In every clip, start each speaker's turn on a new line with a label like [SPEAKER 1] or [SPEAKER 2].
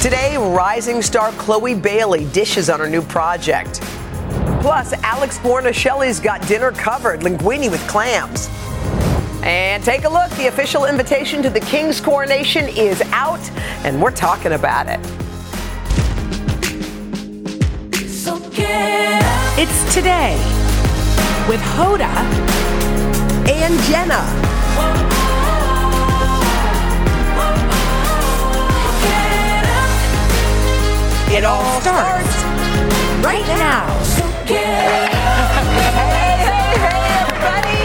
[SPEAKER 1] Today, rising star Chloe Bailey dishes on her new project. Plus, Alex Bornishelli's got dinner covered, linguine with clams. And take a look, the official invitation to the King's coronation is out, and we're talking about it.
[SPEAKER 2] It's today with Hoda.
[SPEAKER 1] And Jenna. It all
[SPEAKER 2] starts right now.
[SPEAKER 1] Hey, hey, hey, everybody!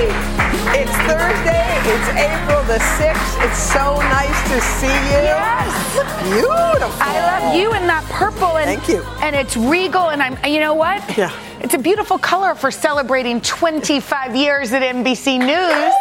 [SPEAKER 1] It's Thursday. It's April the 6th. It's so nice to see you.
[SPEAKER 2] Yes.
[SPEAKER 1] Beautiful.
[SPEAKER 2] I love you in that purple and
[SPEAKER 1] Thank you.
[SPEAKER 2] and it's regal and I'm you know what?
[SPEAKER 1] Yeah.
[SPEAKER 2] It's a beautiful color for celebrating 25 years at NBC News.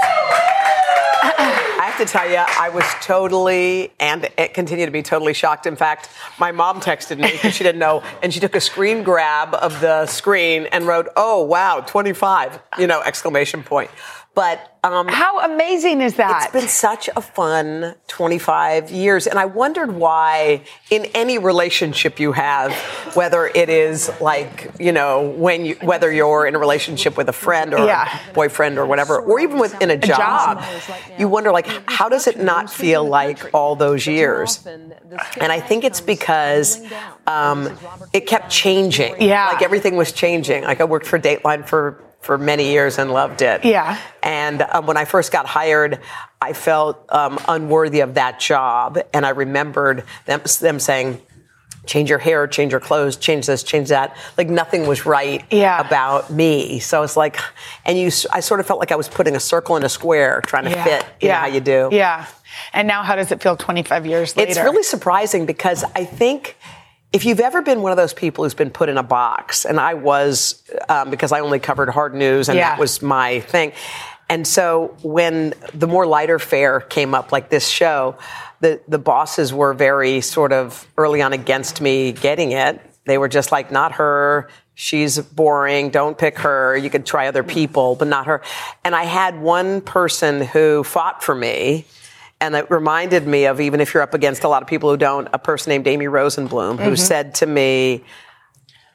[SPEAKER 1] I have to tell you, I was totally and it continued to be totally shocked. In fact, my mom texted me because she didn't know, and she took a screen grab of the screen and wrote, "Oh wow, 25!" You know, exclamation point. But um,
[SPEAKER 2] How amazing is that?
[SPEAKER 1] It's been such a fun 25 years. And I wondered why, in any relationship you have, whether it is like, you know, when you, whether you're in a relationship with a friend or
[SPEAKER 2] Yeah.
[SPEAKER 1] a boyfriend or whatever, or even within a job,
[SPEAKER 2] job.
[SPEAKER 1] you wonder, like, how does it not feel like all those years? And I think it's because um, it kept changing.
[SPEAKER 2] Yeah.
[SPEAKER 1] Like everything was changing. Like I worked for Dateline for, for many years and loved it.
[SPEAKER 2] Yeah.
[SPEAKER 1] And um, when I first got hired, I felt um, unworthy of that job. And I remembered them, them saying, change your hair, change your clothes, change this, change that. Like nothing was right
[SPEAKER 2] Yeah.
[SPEAKER 1] about me. So it's like, and you, s- I sort of felt like I was putting a circle in a square trying to fit, you know, how you do.
[SPEAKER 2] Yeah. And now how does it feel 25 years later?
[SPEAKER 1] It's really surprising because I think if you've ever been one of those people who's been put in a box, and I was um, because I only covered hard news and
[SPEAKER 2] Yeah.
[SPEAKER 1] that was my thing. And so when the more lighter fare came up, like this show, the, the bosses were very sort of early on against me getting it. They were just like, not her. She's boring. Don't pick her. You could try other people, but not her. And I had one person who fought for me. And it reminded me of even if you're up against a lot of people who don't, a person named Amy Rosenblum who said to me,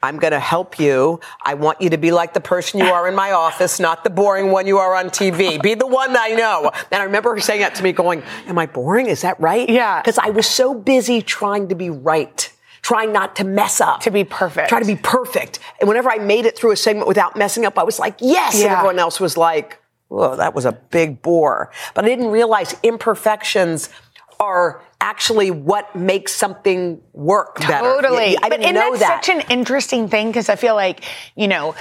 [SPEAKER 1] I'm going to help you. I want you to be like the person you are in my office, not the boring one you are on TV. Be the one I know. And I remember her saying that to me, going, Am I boring? Is that right?
[SPEAKER 2] Yeah.
[SPEAKER 1] Because I was so busy trying to be right. Trying not to mess up.
[SPEAKER 2] To be perfect.
[SPEAKER 1] Try to be perfect. And whenever I made it through a segment without messing up, I was like, yes. And
[SPEAKER 2] Yeah.
[SPEAKER 1] everyone else was like, whoa, that was a big bore. But I didn't realize imperfections are actually what makes something work better.
[SPEAKER 2] Totally.
[SPEAKER 1] I
[SPEAKER 2] but
[SPEAKER 1] didn't
[SPEAKER 2] isn't
[SPEAKER 1] know that.
[SPEAKER 2] that such an interesting thing? Because I feel like, you know,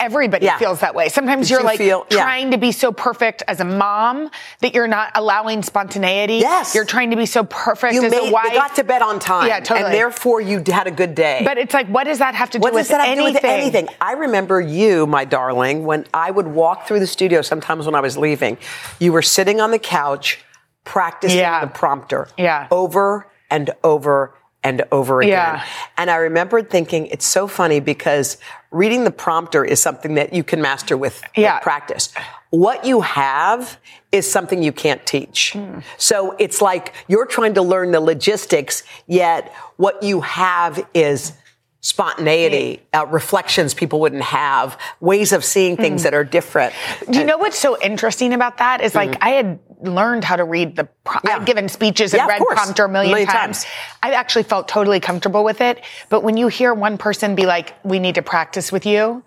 [SPEAKER 2] everybody
[SPEAKER 1] Yeah.
[SPEAKER 2] feels that way. Sometimes
[SPEAKER 1] Did
[SPEAKER 2] you're
[SPEAKER 1] you
[SPEAKER 2] like
[SPEAKER 1] feel- yeah.
[SPEAKER 2] trying to be so perfect as a mom that you're not allowing spontaneity.
[SPEAKER 1] Yes.
[SPEAKER 2] You're trying to be so perfect
[SPEAKER 1] you
[SPEAKER 2] as
[SPEAKER 1] made,
[SPEAKER 2] a wife.
[SPEAKER 1] they got to bed on time.
[SPEAKER 2] Yeah, totally.
[SPEAKER 1] And therefore you had a good day.
[SPEAKER 2] but it's like, what does that have to do
[SPEAKER 1] What
[SPEAKER 2] with
[SPEAKER 1] does that have to do
[SPEAKER 2] anything?
[SPEAKER 1] with anything? I remember you, my darling, when I would walk through the studio sometimes when I was leaving, you were sitting on the couch practicing
[SPEAKER 2] Yeah.
[SPEAKER 1] the prompter
[SPEAKER 2] Yeah.
[SPEAKER 1] over and over and over again.
[SPEAKER 2] Yeah.
[SPEAKER 1] And I remembered thinking, it's so funny because reading the prompter is something that you can master with, with
[SPEAKER 2] Yeah.
[SPEAKER 1] practice. What you have is something you can't teach.
[SPEAKER 2] Hmm.
[SPEAKER 1] So it's like you're trying to learn the logistics, yet what you have is spontaneity, uh, reflections people wouldn't have, ways of seeing
[SPEAKER 2] Hmm.
[SPEAKER 1] things that are different.
[SPEAKER 2] Do you know what's so interesting about that? Is like I had learned how to read the. Pro-
[SPEAKER 1] Mm-hmm. Yeah.
[SPEAKER 2] I'd given speeches
[SPEAKER 1] Yeah,
[SPEAKER 2] and
[SPEAKER 1] of
[SPEAKER 2] read
[SPEAKER 1] course.
[SPEAKER 2] prompter a million,
[SPEAKER 1] Million
[SPEAKER 2] times.
[SPEAKER 1] times.
[SPEAKER 2] I've actually felt totally comfortable with it. But when you hear one person be like, "We need to practice with you,"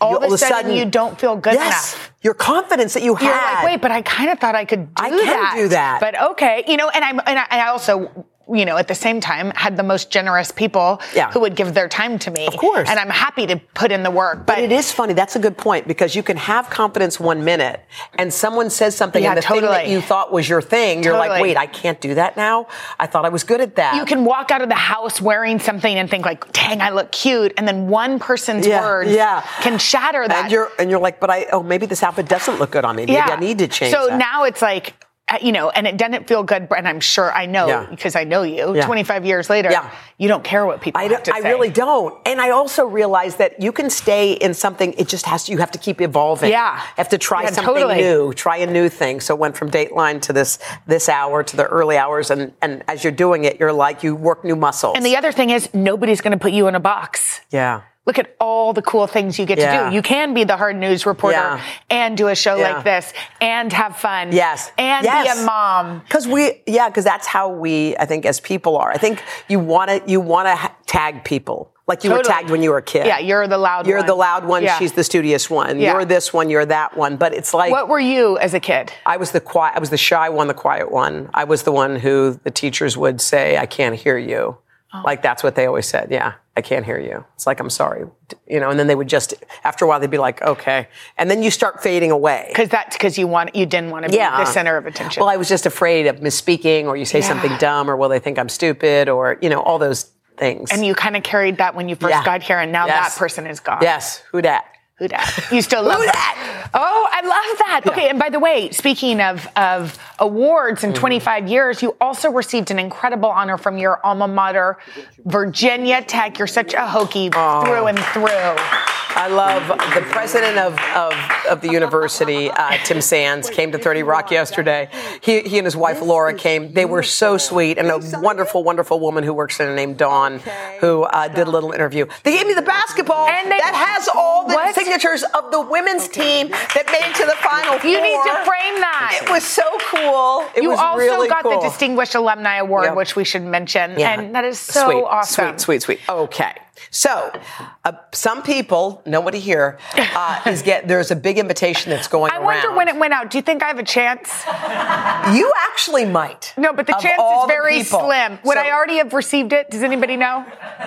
[SPEAKER 2] all, of a sudden, you don't feel good
[SPEAKER 1] yes,
[SPEAKER 2] enough.
[SPEAKER 1] Your confidence that you
[SPEAKER 2] You're
[SPEAKER 1] had.
[SPEAKER 2] like, wait, but I kind of thought I could do
[SPEAKER 1] I can
[SPEAKER 2] that.
[SPEAKER 1] do that.
[SPEAKER 2] But okay, you know, and I'm, and I, and I also, you know, at the same time had the most generous people
[SPEAKER 1] Yeah.
[SPEAKER 2] who would give their time to me. Of
[SPEAKER 1] course.
[SPEAKER 2] And I'm happy to put in the work. But,
[SPEAKER 1] But it is funny. That's a good point because you can have confidence one minute and someone says something
[SPEAKER 2] Yeah,
[SPEAKER 1] and the thing that
[SPEAKER 2] totally.
[SPEAKER 1] you thought was your thing, you're like,
[SPEAKER 2] Totally.
[SPEAKER 1] wait, I can't do that now. I thought I was good at that.
[SPEAKER 2] you can walk out of the house wearing something and think like, dang, I look cute. And then one person's
[SPEAKER 1] Yeah,
[SPEAKER 2] words
[SPEAKER 1] yeah.
[SPEAKER 2] can shatter that.
[SPEAKER 1] And you're, and you're like, but I, oh, maybe this outfit doesn't look good on me. Maybe I need to change
[SPEAKER 2] So
[SPEAKER 1] that.
[SPEAKER 2] now it's like, I- you know, and it didn't feel good. And I'm sure I
[SPEAKER 1] Yeah.
[SPEAKER 2] know because I know you.
[SPEAKER 1] Yeah.
[SPEAKER 2] 25 years later,
[SPEAKER 1] Yeah.
[SPEAKER 2] you don't care what people
[SPEAKER 1] I,
[SPEAKER 2] have
[SPEAKER 1] don't-
[SPEAKER 2] to
[SPEAKER 1] I
[SPEAKER 2] say.
[SPEAKER 1] really don't. And I also realize that you can stay in something, it just has to, you have to keep evolving.
[SPEAKER 2] Yeah.
[SPEAKER 1] Have to try
[SPEAKER 2] Yeah,
[SPEAKER 1] something
[SPEAKER 2] totally.
[SPEAKER 1] new, try a new thing. So it went from Dateline to this, this hour to the early hours. And, and as you're doing it, you're like, you work new muscles.
[SPEAKER 2] And the other thing is, nobody's going to put you in a box.
[SPEAKER 1] yeah.
[SPEAKER 2] Look at all the cool things you get
[SPEAKER 1] Yeah.
[SPEAKER 2] to do. You can be the hard news reporter
[SPEAKER 1] Yeah.
[SPEAKER 2] and do a show
[SPEAKER 1] Yeah.
[SPEAKER 2] like this and have fun.
[SPEAKER 1] Yes.
[SPEAKER 2] And
[SPEAKER 1] Yes.
[SPEAKER 2] be a mom.
[SPEAKER 1] Because we, yeah, because that's how we, I think, as people are. I think you want to, you want to ha- tag people like you were
[SPEAKER 2] Totally.
[SPEAKER 1] tagged when you were a kid.
[SPEAKER 2] Yeah, you're the loud
[SPEAKER 1] You're
[SPEAKER 2] one.
[SPEAKER 1] the loud one.
[SPEAKER 2] Yeah.
[SPEAKER 1] She's the studious one.
[SPEAKER 2] Yeah.
[SPEAKER 1] You're this one. You're that one. But it's like
[SPEAKER 2] What were you as a kid?
[SPEAKER 1] I was the quiet. I was the shy one, the quiet one. I was the one who the teachers would say, "I can't hear you."
[SPEAKER 2] Oh.
[SPEAKER 1] Like that's what they always said. Yeah, I can't hear you. It's like I'm sorry, D- you know. And then they would just after a while they'd be like, "Okay," and then you start fading away.
[SPEAKER 2] Because that's because you want you didn't want to be
[SPEAKER 1] Yeah.
[SPEAKER 2] the center of attention.
[SPEAKER 1] Well, I was just afraid of misspeaking, or you say
[SPEAKER 2] Yeah.
[SPEAKER 1] something dumb, or will they think I'm stupid, or you know all those things.
[SPEAKER 2] and you kind of carried that when you first
[SPEAKER 1] Yeah.
[SPEAKER 2] got here, and now
[SPEAKER 1] Yes.
[SPEAKER 2] that person is gone.
[SPEAKER 1] yes, who dat?
[SPEAKER 2] Who dat? You still love
[SPEAKER 1] Who
[SPEAKER 2] that? Oh, I love that. Okay, and by the way, speaking of of awards
[SPEAKER 1] Mm-hmm.
[SPEAKER 2] in 25 years, you also received an incredible honor from your alma mater, Virginia Tech. You're such a hokey through and through.
[SPEAKER 1] I love the president of, of, of the university, uh, Tim Sands, came to 30 Rock yesterday. He, he and his wife Laura came. They were so sweet, and a wonderful, wonderful woman who works there named Dawn, who uh, did a little interview. They gave me the basketball
[SPEAKER 2] And they-
[SPEAKER 1] that has all the
[SPEAKER 2] What?
[SPEAKER 1] signatures of the women's team that made it to the final
[SPEAKER 2] You need to
[SPEAKER 1] four.
[SPEAKER 2] frame that.
[SPEAKER 1] It was so cool. It
[SPEAKER 2] you
[SPEAKER 1] was
[SPEAKER 2] also
[SPEAKER 1] really
[SPEAKER 2] got
[SPEAKER 1] cool.
[SPEAKER 2] the Distinguished Alumni Award,
[SPEAKER 1] Yep.
[SPEAKER 2] which we should mention,
[SPEAKER 1] Yeah.
[SPEAKER 2] and that is so
[SPEAKER 1] sweet,
[SPEAKER 2] awesome.
[SPEAKER 1] Sweet, sweet, sweet. Okay. So, uh, some people, nobody here, uh, is get there's a big invitation that's going
[SPEAKER 2] I
[SPEAKER 1] around.
[SPEAKER 2] wonder when it went out. Do you think I have a chance?
[SPEAKER 1] You actually might.
[SPEAKER 2] No, but the
[SPEAKER 1] Of
[SPEAKER 2] chance
[SPEAKER 1] all
[SPEAKER 2] is
[SPEAKER 1] the
[SPEAKER 2] very
[SPEAKER 1] people.
[SPEAKER 2] slim. Would
[SPEAKER 1] So,
[SPEAKER 2] I already have received it? Does anybody know?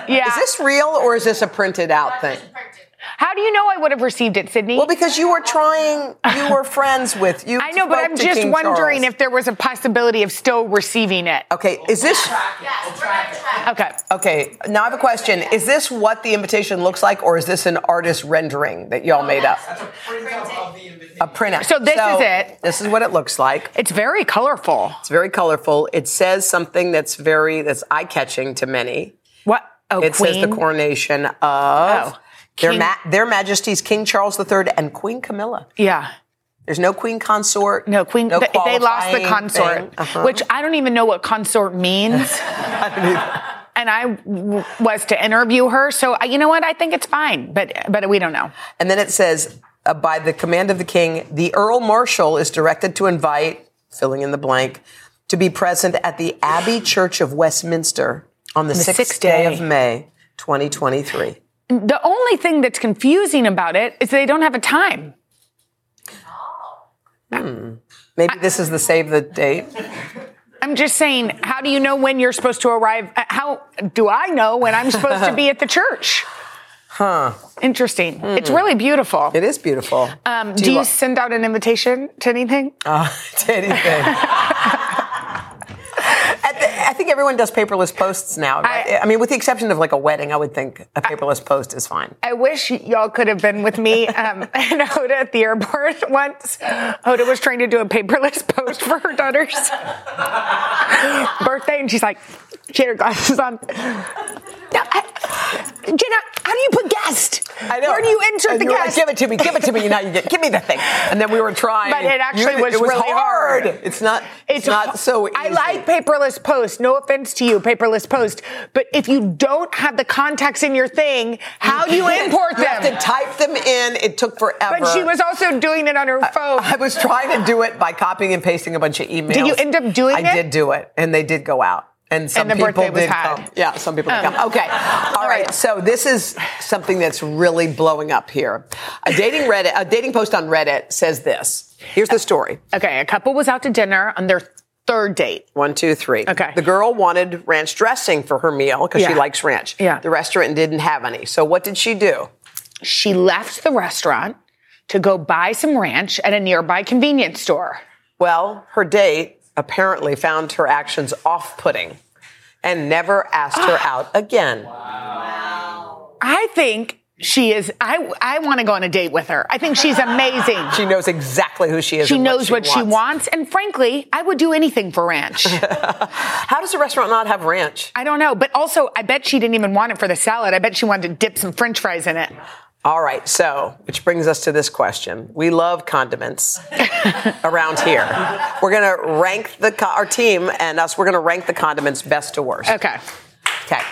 [SPEAKER 2] Yeah.
[SPEAKER 1] Is this real or is this a printed out thing?
[SPEAKER 2] How do you know I would have received it, Sydney?
[SPEAKER 1] Well, because you were trying, you were friends with you.
[SPEAKER 2] I know, but
[SPEAKER 1] spoke
[SPEAKER 2] I'm
[SPEAKER 1] to
[SPEAKER 2] just
[SPEAKER 1] King
[SPEAKER 2] wondering
[SPEAKER 1] Charles.
[SPEAKER 2] if there was a possibility of still receiving it.
[SPEAKER 1] Okay, is this
[SPEAKER 2] Okay.
[SPEAKER 1] okay? Now I have a question. Is this what the invitation looks like, or is this an artist rendering that y'all made up? A printout.
[SPEAKER 2] So this is it.
[SPEAKER 1] This is what it looks like.
[SPEAKER 2] It's very colorful.
[SPEAKER 1] It's very colorful. It says something that's very that's eye catching to many.
[SPEAKER 2] What? Oh,
[SPEAKER 1] It
[SPEAKER 2] queen.
[SPEAKER 1] says the coronation of
[SPEAKER 2] Oh.
[SPEAKER 1] their,
[SPEAKER 2] King-
[SPEAKER 1] ma- their Majesties King Charles III and Queen Camilla.
[SPEAKER 2] Yeah.
[SPEAKER 1] There's no queen consort.
[SPEAKER 2] No, queen. th- they lost the
[SPEAKER 1] qualifying
[SPEAKER 2] consort,
[SPEAKER 1] thing. Uh-huh.
[SPEAKER 2] which I don't even know what consort means. and I w- was to interview her, so I, you know what? I think it's fine, but but we don't know.
[SPEAKER 1] And then it says, uh, by the command of the king, the Earl Marshal is directed to invite, filling in the blank, to be present at the Abbey Church of Westminster on the, sixth,
[SPEAKER 2] sixth
[SPEAKER 1] day.
[SPEAKER 2] day.
[SPEAKER 1] of May, 2023.
[SPEAKER 2] The only thing that's confusing about it is they don't have a time.
[SPEAKER 1] Maybe this is the save the date.
[SPEAKER 2] I'm just saying, how do you know when you're supposed to arrive? Uh, How do I know when I'm supposed to be at the church? Huh. Interesting. It's really beautiful.
[SPEAKER 1] It is beautiful.
[SPEAKER 2] Um, do, you, send out an invitation to anything?
[SPEAKER 1] Uh, to anything. At the, I think everyone does paperless posts now. Right? I,
[SPEAKER 2] I-
[SPEAKER 1] mean, with the exception of like a wedding, I would think a paperless post is fine.
[SPEAKER 2] I wish y'all could have been with me um, and Hoda at the airport once. Hoda was trying to do a paperless post for her daughter's birthday, and she's like, she had her glasses on. No, I- Jenna, how do you put guest? Where do you insert
[SPEAKER 1] And
[SPEAKER 2] the
[SPEAKER 1] you were like,
[SPEAKER 2] guest?
[SPEAKER 1] give it to me, give it to me. Now you get, give me the thing. And then we were trying.
[SPEAKER 2] But it
[SPEAKER 1] and
[SPEAKER 2] actually was
[SPEAKER 1] it was
[SPEAKER 2] really hard.
[SPEAKER 1] It's not. It's, not so easy.
[SPEAKER 2] I like paperless post. No offense to you, paperless post. But if you don't have the contacts in your thing, how do you import
[SPEAKER 1] You have
[SPEAKER 2] them?
[SPEAKER 1] to type them in. It took forever.
[SPEAKER 2] But she was also doing it on her phone.
[SPEAKER 1] I was trying to do it by copying and pasting a bunch of emails.
[SPEAKER 2] Did you end up doing
[SPEAKER 1] I
[SPEAKER 2] it?
[SPEAKER 1] did do it, and they did go out. And some
[SPEAKER 2] the
[SPEAKER 1] people
[SPEAKER 2] birthday was
[SPEAKER 1] did
[SPEAKER 2] had.
[SPEAKER 1] come. Yeah, some people did
[SPEAKER 2] Um,
[SPEAKER 1] come. Okay. All
[SPEAKER 2] all
[SPEAKER 1] right.
[SPEAKER 2] right.
[SPEAKER 1] So this is something that's really blowing up here. A dating Reddit, a dating post on Reddit says this. Here's the story.
[SPEAKER 2] Okay, a couple was out to dinner on their third date.
[SPEAKER 1] One, two, three.
[SPEAKER 2] Okay.
[SPEAKER 1] The girl wanted ranch dressing for her meal because she
[SPEAKER 2] Yeah.
[SPEAKER 1] likes ranch.
[SPEAKER 2] Yeah.
[SPEAKER 1] The restaurant didn't have any. So what did she do?
[SPEAKER 2] She left the restaurant to go buy some ranch at a nearby convenience store.
[SPEAKER 1] Well, her date apparently found her actions off putting and never asked her out again.
[SPEAKER 2] I think She is. I I want to go on a date with her. I think she's amazing.
[SPEAKER 1] She knows exactly who she is.
[SPEAKER 2] She
[SPEAKER 1] and
[SPEAKER 2] knows
[SPEAKER 1] what
[SPEAKER 2] what
[SPEAKER 1] she
[SPEAKER 2] she
[SPEAKER 1] wants.
[SPEAKER 2] wants, and frankly, I would do anything for ranch.
[SPEAKER 1] How does a restaurant not have ranch?
[SPEAKER 2] I don't know, but also I bet she didn't even want it for the salad. I bet she wanted to dip some French fries in it.
[SPEAKER 1] All right, so which brings us to this question. We love condiments around here. We're gonna rank the co- our team and us. We're gonna rank the condiments best to worst.
[SPEAKER 2] Okay.
[SPEAKER 1] Okay.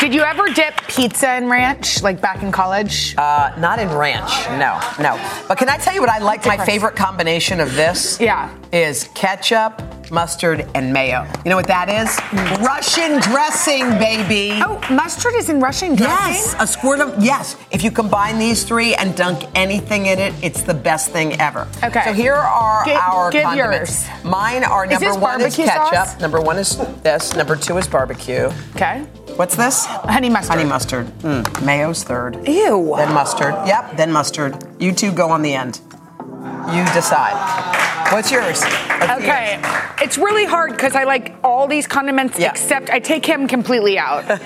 [SPEAKER 2] Did you ever dip pizza in ranch, like back in college?
[SPEAKER 1] Uh, not in ranch. No, no. But can I tell you what I like? My
[SPEAKER 2] Difference.
[SPEAKER 1] favorite combination of this.
[SPEAKER 2] Yeah.
[SPEAKER 1] Is ketchup, mustard, and mayo. You know what that is? Russian dressing, baby.
[SPEAKER 2] Mm. oh, mustard is in Russian dressing.
[SPEAKER 1] Yes, a squirt of yes. If you combine these three and dunk anything in it, it's the best thing ever.
[SPEAKER 2] Okay.
[SPEAKER 1] So here are
[SPEAKER 2] Give-
[SPEAKER 1] our
[SPEAKER 2] give
[SPEAKER 1] condiments.
[SPEAKER 2] yours.
[SPEAKER 1] Mine are number
[SPEAKER 2] this
[SPEAKER 1] one is
[SPEAKER 2] barbecue sauce?
[SPEAKER 1] ketchup. Number one is this. Number two is barbecue.
[SPEAKER 2] Okay.
[SPEAKER 1] What's this?
[SPEAKER 2] Honey mustard.
[SPEAKER 1] Honey mustard. Mm. Mayo's third.
[SPEAKER 2] Ew.
[SPEAKER 1] Then mustard. Yep. Then mustard. You two go on the end. You decide. What's yours? Let's see
[SPEAKER 2] Okay,
[SPEAKER 1] yours.
[SPEAKER 2] it's really hard because I like all these condiments
[SPEAKER 1] Yeah.
[SPEAKER 2] except I take him completely out. I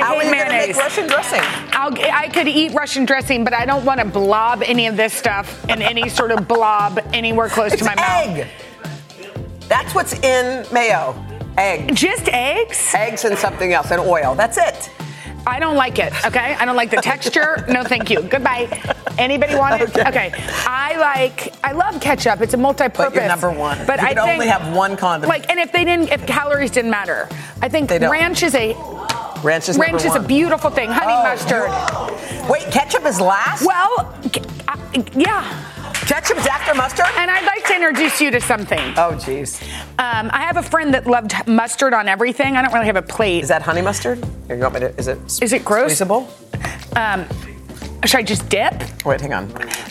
[SPEAKER 1] How are you gonna
[SPEAKER 2] hate
[SPEAKER 1] make
[SPEAKER 2] mayonnaise.
[SPEAKER 1] Russian dressing?
[SPEAKER 2] I'll, I could eat Russian dressing, but I don't want to blob any of this stuff and any sort of blob anywhere close
[SPEAKER 1] It's
[SPEAKER 2] to my mouth.
[SPEAKER 1] egg. That's what's in mayo. Egg.
[SPEAKER 2] Just eggs?
[SPEAKER 1] eggs and something else and oil. That's it.
[SPEAKER 2] I don't like it. Okay, I don't like the texture. No, thank you. Goodbye. Anybody want it? Okay. I like. I love ketchup. It's a multi-purpose.
[SPEAKER 1] But you're number one.
[SPEAKER 2] But
[SPEAKER 1] you
[SPEAKER 2] I
[SPEAKER 1] can
[SPEAKER 2] think
[SPEAKER 1] only have one condiment.
[SPEAKER 2] like, and if they didn't, if calories didn't matter, I think
[SPEAKER 1] They don't.
[SPEAKER 2] ranch is a
[SPEAKER 1] ranch is
[SPEAKER 2] ranch
[SPEAKER 1] number
[SPEAKER 2] is a
[SPEAKER 1] one.
[SPEAKER 2] beautiful thing. Honey
[SPEAKER 1] Oh,
[SPEAKER 2] mustard.
[SPEAKER 1] you- Wait, ketchup is last.
[SPEAKER 2] Well, k- I- yeah.
[SPEAKER 1] ketchup is after mustard.
[SPEAKER 2] And I'd like to introduce you to something.
[SPEAKER 1] oh, jeez.
[SPEAKER 2] Um, I have a friend that loved mustard on everything. I don't really have a plate.
[SPEAKER 1] Is that honey mustard? Here, you want me to? Is it?
[SPEAKER 2] Is it gross?
[SPEAKER 1] Squeezable?
[SPEAKER 2] Um, should I just dip?
[SPEAKER 1] Wait, hang on.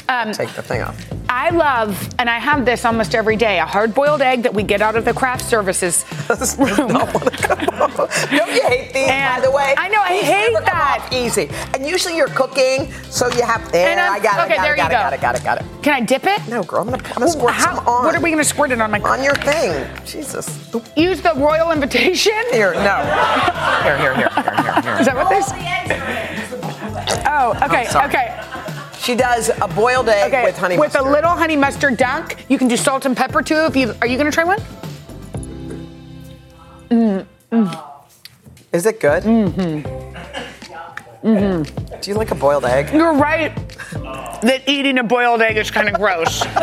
[SPEAKER 2] Um,
[SPEAKER 1] Take the thing off.
[SPEAKER 2] I love, and I have this almost every day, a hard-boiled egg that we get out of the craft services.
[SPEAKER 1] This does not wanna come off. Don't you hate these? by
[SPEAKER 2] And-
[SPEAKER 1] the way,
[SPEAKER 2] I know, I
[SPEAKER 1] These
[SPEAKER 2] hate
[SPEAKER 1] never come
[SPEAKER 2] that.
[SPEAKER 1] off easy. And usually you're cooking, so you have. There,
[SPEAKER 2] And I'm-
[SPEAKER 1] I got it.
[SPEAKER 2] okay,
[SPEAKER 1] I got
[SPEAKER 2] there
[SPEAKER 1] it.
[SPEAKER 2] you
[SPEAKER 1] Got it.
[SPEAKER 2] go.
[SPEAKER 1] Got it. Got it. Got it.
[SPEAKER 2] Can I dip it?
[SPEAKER 1] No, girl, I'm gonna, I'm gonna squirt
[SPEAKER 2] How-
[SPEAKER 1] some on.
[SPEAKER 2] What are we going to squirt it on? My
[SPEAKER 1] on your thing? Jesus.
[SPEAKER 2] use the royal invitation.
[SPEAKER 1] Here, no. Here, here, here, here, here, here.
[SPEAKER 2] Is that what this? Oh, okay,
[SPEAKER 1] sorry.
[SPEAKER 2] okay.
[SPEAKER 1] She does a boiled egg
[SPEAKER 2] Okay,
[SPEAKER 1] with honey mustard.
[SPEAKER 2] a little honey mustard dunk. You can do salt and pepper too. If you are you gonna try one?
[SPEAKER 1] Is it good? Mm-hmm. Mm-hmm. Do you like a boiled egg?
[SPEAKER 2] You're right. That eating a boiled egg is kind of gross.
[SPEAKER 1] All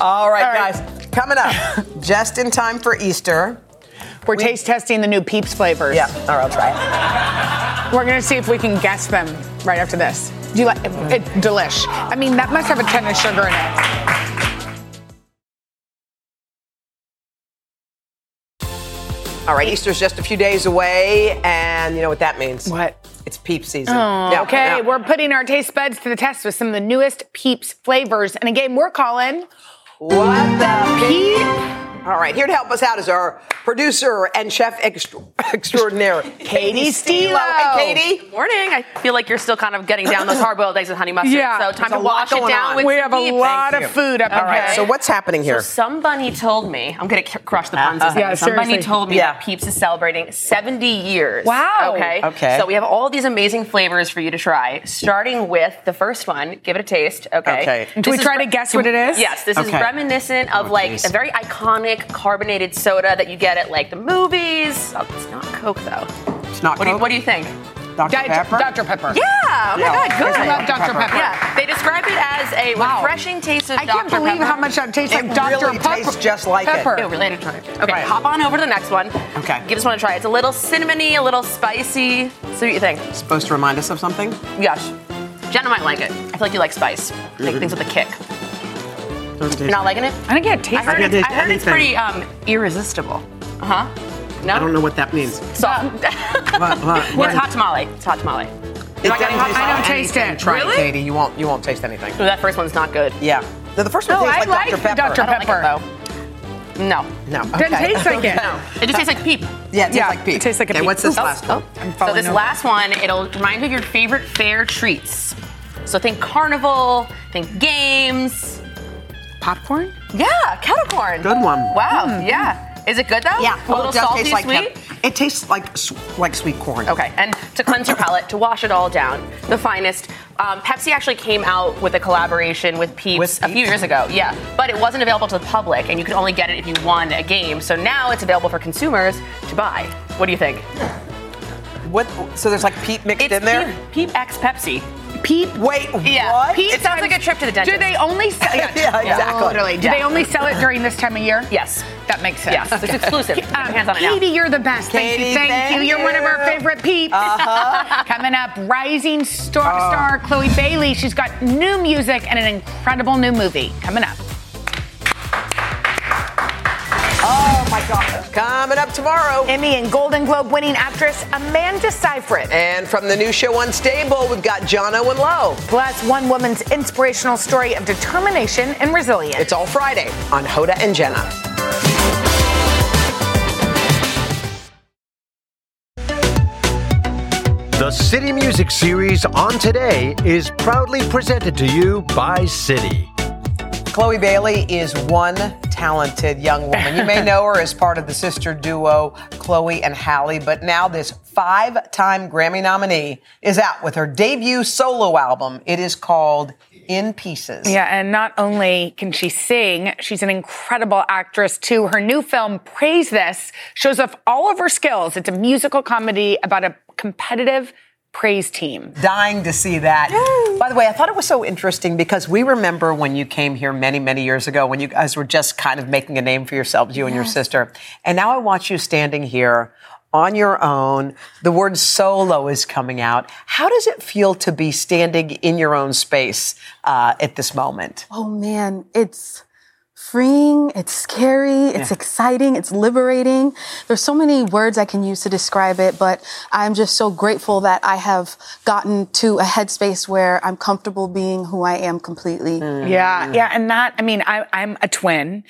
[SPEAKER 1] right,
[SPEAKER 2] All right.
[SPEAKER 1] guys. Coming up, just in time for Easter.
[SPEAKER 2] We're taste testing the new Peeps flavors.
[SPEAKER 1] Yeah, all right, I'll try
[SPEAKER 2] We're gonna see if we can guess them right after this. Do you like it? Delish. I mean, that must have a ton of sugar in it.
[SPEAKER 1] it. All right, Easter's just a few days away, and you know what that means?
[SPEAKER 2] What?
[SPEAKER 1] It's peep season.
[SPEAKER 3] Oh,
[SPEAKER 1] Yeah,
[SPEAKER 2] okay,
[SPEAKER 1] yeah.
[SPEAKER 2] we're putting our taste buds to the test with some of the newest Peeps flavors, and again, we're calling
[SPEAKER 1] What the
[SPEAKER 2] Peep.
[SPEAKER 1] All right, here to help us out is our producer and chef extra- extraordinaire,
[SPEAKER 2] Katie
[SPEAKER 1] Stilo.
[SPEAKER 2] Stilo.
[SPEAKER 1] Hey, Katie.
[SPEAKER 3] Morning. I feel like you're still kind of getting down those hard-boiled eggs with honey mustard.
[SPEAKER 2] Yeah.
[SPEAKER 3] So
[SPEAKER 1] There's
[SPEAKER 3] time
[SPEAKER 1] a
[SPEAKER 3] to
[SPEAKER 1] lot
[SPEAKER 3] wash it
[SPEAKER 1] going
[SPEAKER 3] down
[SPEAKER 1] on.
[SPEAKER 3] with
[SPEAKER 2] We
[SPEAKER 3] some
[SPEAKER 2] have a
[SPEAKER 3] beef.
[SPEAKER 2] lot
[SPEAKER 1] Thank
[SPEAKER 2] of
[SPEAKER 1] you.
[SPEAKER 2] food up
[SPEAKER 1] All right,
[SPEAKER 2] there.
[SPEAKER 1] so what's happening here?
[SPEAKER 3] Somebody told me. I'm gonna c- crush the puns. this
[SPEAKER 2] Uh-huh. Yeah,
[SPEAKER 3] time. Somebody
[SPEAKER 2] seriously.
[SPEAKER 3] told me
[SPEAKER 1] Yeah.
[SPEAKER 3] that Peeps is celebrating 70 years.
[SPEAKER 2] Wow.
[SPEAKER 3] Okay.
[SPEAKER 1] Okay.
[SPEAKER 3] So we have all these amazing flavors for you to try. Starting with the first one. Give it a taste. Okay.
[SPEAKER 1] Okay.
[SPEAKER 2] Do we
[SPEAKER 3] This is
[SPEAKER 2] try to
[SPEAKER 3] re-
[SPEAKER 2] guess what it is?
[SPEAKER 3] Yes. This is
[SPEAKER 1] Okay.
[SPEAKER 3] reminiscent of
[SPEAKER 1] Oh,
[SPEAKER 3] like
[SPEAKER 1] geez.
[SPEAKER 3] a very iconic carbonated soda that you get at like the movies. Oh, it's not Coke though.
[SPEAKER 1] It's not
[SPEAKER 3] What do, you,
[SPEAKER 1] Coke?
[SPEAKER 3] what do you think?
[SPEAKER 1] Dr.
[SPEAKER 2] Diet-
[SPEAKER 1] Pepper?
[SPEAKER 2] Dr. Pepper.
[SPEAKER 3] Yeah. Oh my
[SPEAKER 1] Yeah.
[SPEAKER 3] God. Good.
[SPEAKER 2] I love Dr. Pepper.
[SPEAKER 3] Yeah, they describe it as a
[SPEAKER 2] Wow.
[SPEAKER 3] refreshing taste of
[SPEAKER 2] I
[SPEAKER 3] Dr.
[SPEAKER 2] can't believe
[SPEAKER 3] Pepper.
[SPEAKER 2] how much that tastes
[SPEAKER 1] It
[SPEAKER 2] like Dr.
[SPEAKER 1] really
[SPEAKER 2] Pepper.
[SPEAKER 1] tastes just like it.
[SPEAKER 2] Pepper.
[SPEAKER 3] Ew, related to it. Okay,
[SPEAKER 1] Right.
[SPEAKER 3] hop on over to the next one.
[SPEAKER 1] Okay.
[SPEAKER 3] Give this one a try. It's a little cinnamony, a little spicy. See what you think.
[SPEAKER 1] Supposed to remind us of something?
[SPEAKER 3] Gosh. Jenna might like it. I feel like you like spice. Like things with a kick. You're not liking it?
[SPEAKER 2] I don't get a
[SPEAKER 3] I
[SPEAKER 2] taste.
[SPEAKER 3] heard,
[SPEAKER 2] of it.
[SPEAKER 1] can't
[SPEAKER 3] it's,
[SPEAKER 1] taste
[SPEAKER 3] I heard it's
[SPEAKER 1] anything.
[SPEAKER 3] pretty um, irresistible. Uh huh. No?
[SPEAKER 1] I don't know what that means.
[SPEAKER 3] Soft.
[SPEAKER 1] What- what- what-
[SPEAKER 3] it's hot tamale. It's hot tamale.
[SPEAKER 1] It
[SPEAKER 3] not getting
[SPEAKER 1] doesn't
[SPEAKER 3] hot- I don't
[SPEAKER 1] anything.
[SPEAKER 2] taste it.
[SPEAKER 1] Try it,
[SPEAKER 3] Really?
[SPEAKER 1] Katie. You won't. You won't taste anything.
[SPEAKER 3] Ooh, that first one's not good. Oh,
[SPEAKER 1] Yeah. No, the first one
[SPEAKER 2] No, I
[SPEAKER 1] tastes like,
[SPEAKER 2] like the
[SPEAKER 1] Dr. Pepper.
[SPEAKER 2] Dr.
[SPEAKER 1] I don't
[SPEAKER 3] I don't like it though. No.
[SPEAKER 1] No.
[SPEAKER 2] Doesn't
[SPEAKER 1] okay.
[SPEAKER 2] taste like it.
[SPEAKER 3] No. It just tastes like peep.
[SPEAKER 1] Yeah, it tastes
[SPEAKER 2] Yeah,
[SPEAKER 1] like pee.
[SPEAKER 2] it tastes like a
[SPEAKER 1] okay,
[SPEAKER 2] pee.
[SPEAKER 1] What's this
[SPEAKER 2] Oh,
[SPEAKER 1] last one?
[SPEAKER 2] I'm
[SPEAKER 3] So
[SPEAKER 2] falling
[SPEAKER 3] this
[SPEAKER 2] over.
[SPEAKER 3] last one, it'll remind you of your favorite fair treats. So think carnival, think games.
[SPEAKER 2] popcorn.
[SPEAKER 3] Yeah, kettle corn.
[SPEAKER 1] Good one. Hmm.
[SPEAKER 3] Wow. Yeah. Is it good though?
[SPEAKER 4] Yeah.
[SPEAKER 3] A little
[SPEAKER 1] it does
[SPEAKER 3] salty,
[SPEAKER 1] taste
[SPEAKER 3] sweet.
[SPEAKER 1] like pep- It tastes like s- like sweet corn.
[SPEAKER 3] Okay, and to cleanse your palate, to wash it all down, the finest. Um, Pepsi actually came out with a collaboration with Peeps,
[SPEAKER 1] With
[SPEAKER 3] a few
[SPEAKER 1] Peeps?
[SPEAKER 3] years ago, yeah. But it wasn't available to the public, and you could only get it if you won a game. So now it's available for consumers to buy. What do you think?
[SPEAKER 1] What? So there's like peat mixed in there.
[SPEAKER 3] Peep, Peep X Pepsi.
[SPEAKER 2] Peep.
[SPEAKER 1] Wait,
[SPEAKER 3] Yeah.
[SPEAKER 1] what?
[SPEAKER 3] Peep- It sounds like a trip to the dentist.
[SPEAKER 2] Do they only sell it?
[SPEAKER 1] Yeah, exactly.
[SPEAKER 2] Totally. Do
[SPEAKER 3] Yeah.
[SPEAKER 2] they only sell it during this time of year?
[SPEAKER 3] Yes.
[SPEAKER 2] That makes sense. Uh,
[SPEAKER 3] Yes, it's exclusive. Put your hands on it now.
[SPEAKER 2] Katie, you're the best. Thank
[SPEAKER 1] Katie,
[SPEAKER 2] you. Thank,
[SPEAKER 1] thank
[SPEAKER 2] you. You're one of our
[SPEAKER 1] you.
[SPEAKER 2] favorite peeps. Coming up, rising star, star Chloe Bailey. She's got new music and an incredible new movie coming up.
[SPEAKER 1] Oh my God! Coming up tomorrow.
[SPEAKER 2] Emmy and Golden Globe winning actress Amanda Seyfried.
[SPEAKER 1] And from the new show Unstable, we've got John Owen Lowe.
[SPEAKER 2] Plus, one woman's inspirational story of determination and resilience.
[SPEAKER 1] It's all Friday on Hoda and Jenna.
[SPEAKER 5] The City Music Series on today is proudly presented to you by City.
[SPEAKER 1] Chloe Bailey is one talented young woman. You may know her as part of the sister duo Chloe and Halle, but now this five time Grammy nominee is out with her debut solo album. It is called In Pieces.
[SPEAKER 2] Yeah, and not only can she sing, she's an incredible actress too. Her new film, Praise This, shows off all of her skills. It's a musical comedy about a competitive praise team.
[SPEAKER 1] Dying to see that. By the way, I thought it was so interesting because we remember when you came here many, many years ago when you guys were just kind of making a name for yourselves, you and your sister. And now I watch you standing here on your own. The word solo is coming out. How does it feel to be standing in your own space uh, at this moment?
[SPEAKER 6] Oh man, it's freeing, it's scary, it's exciting, it's liberating. There's so many words I can use to describe it, but I'm just so grateful that I have gotten to a headspace where I'm comfortable being who I am completely.
[SPEAKER 2] Yeah, yeah, and that I mean, I, I'm a twin.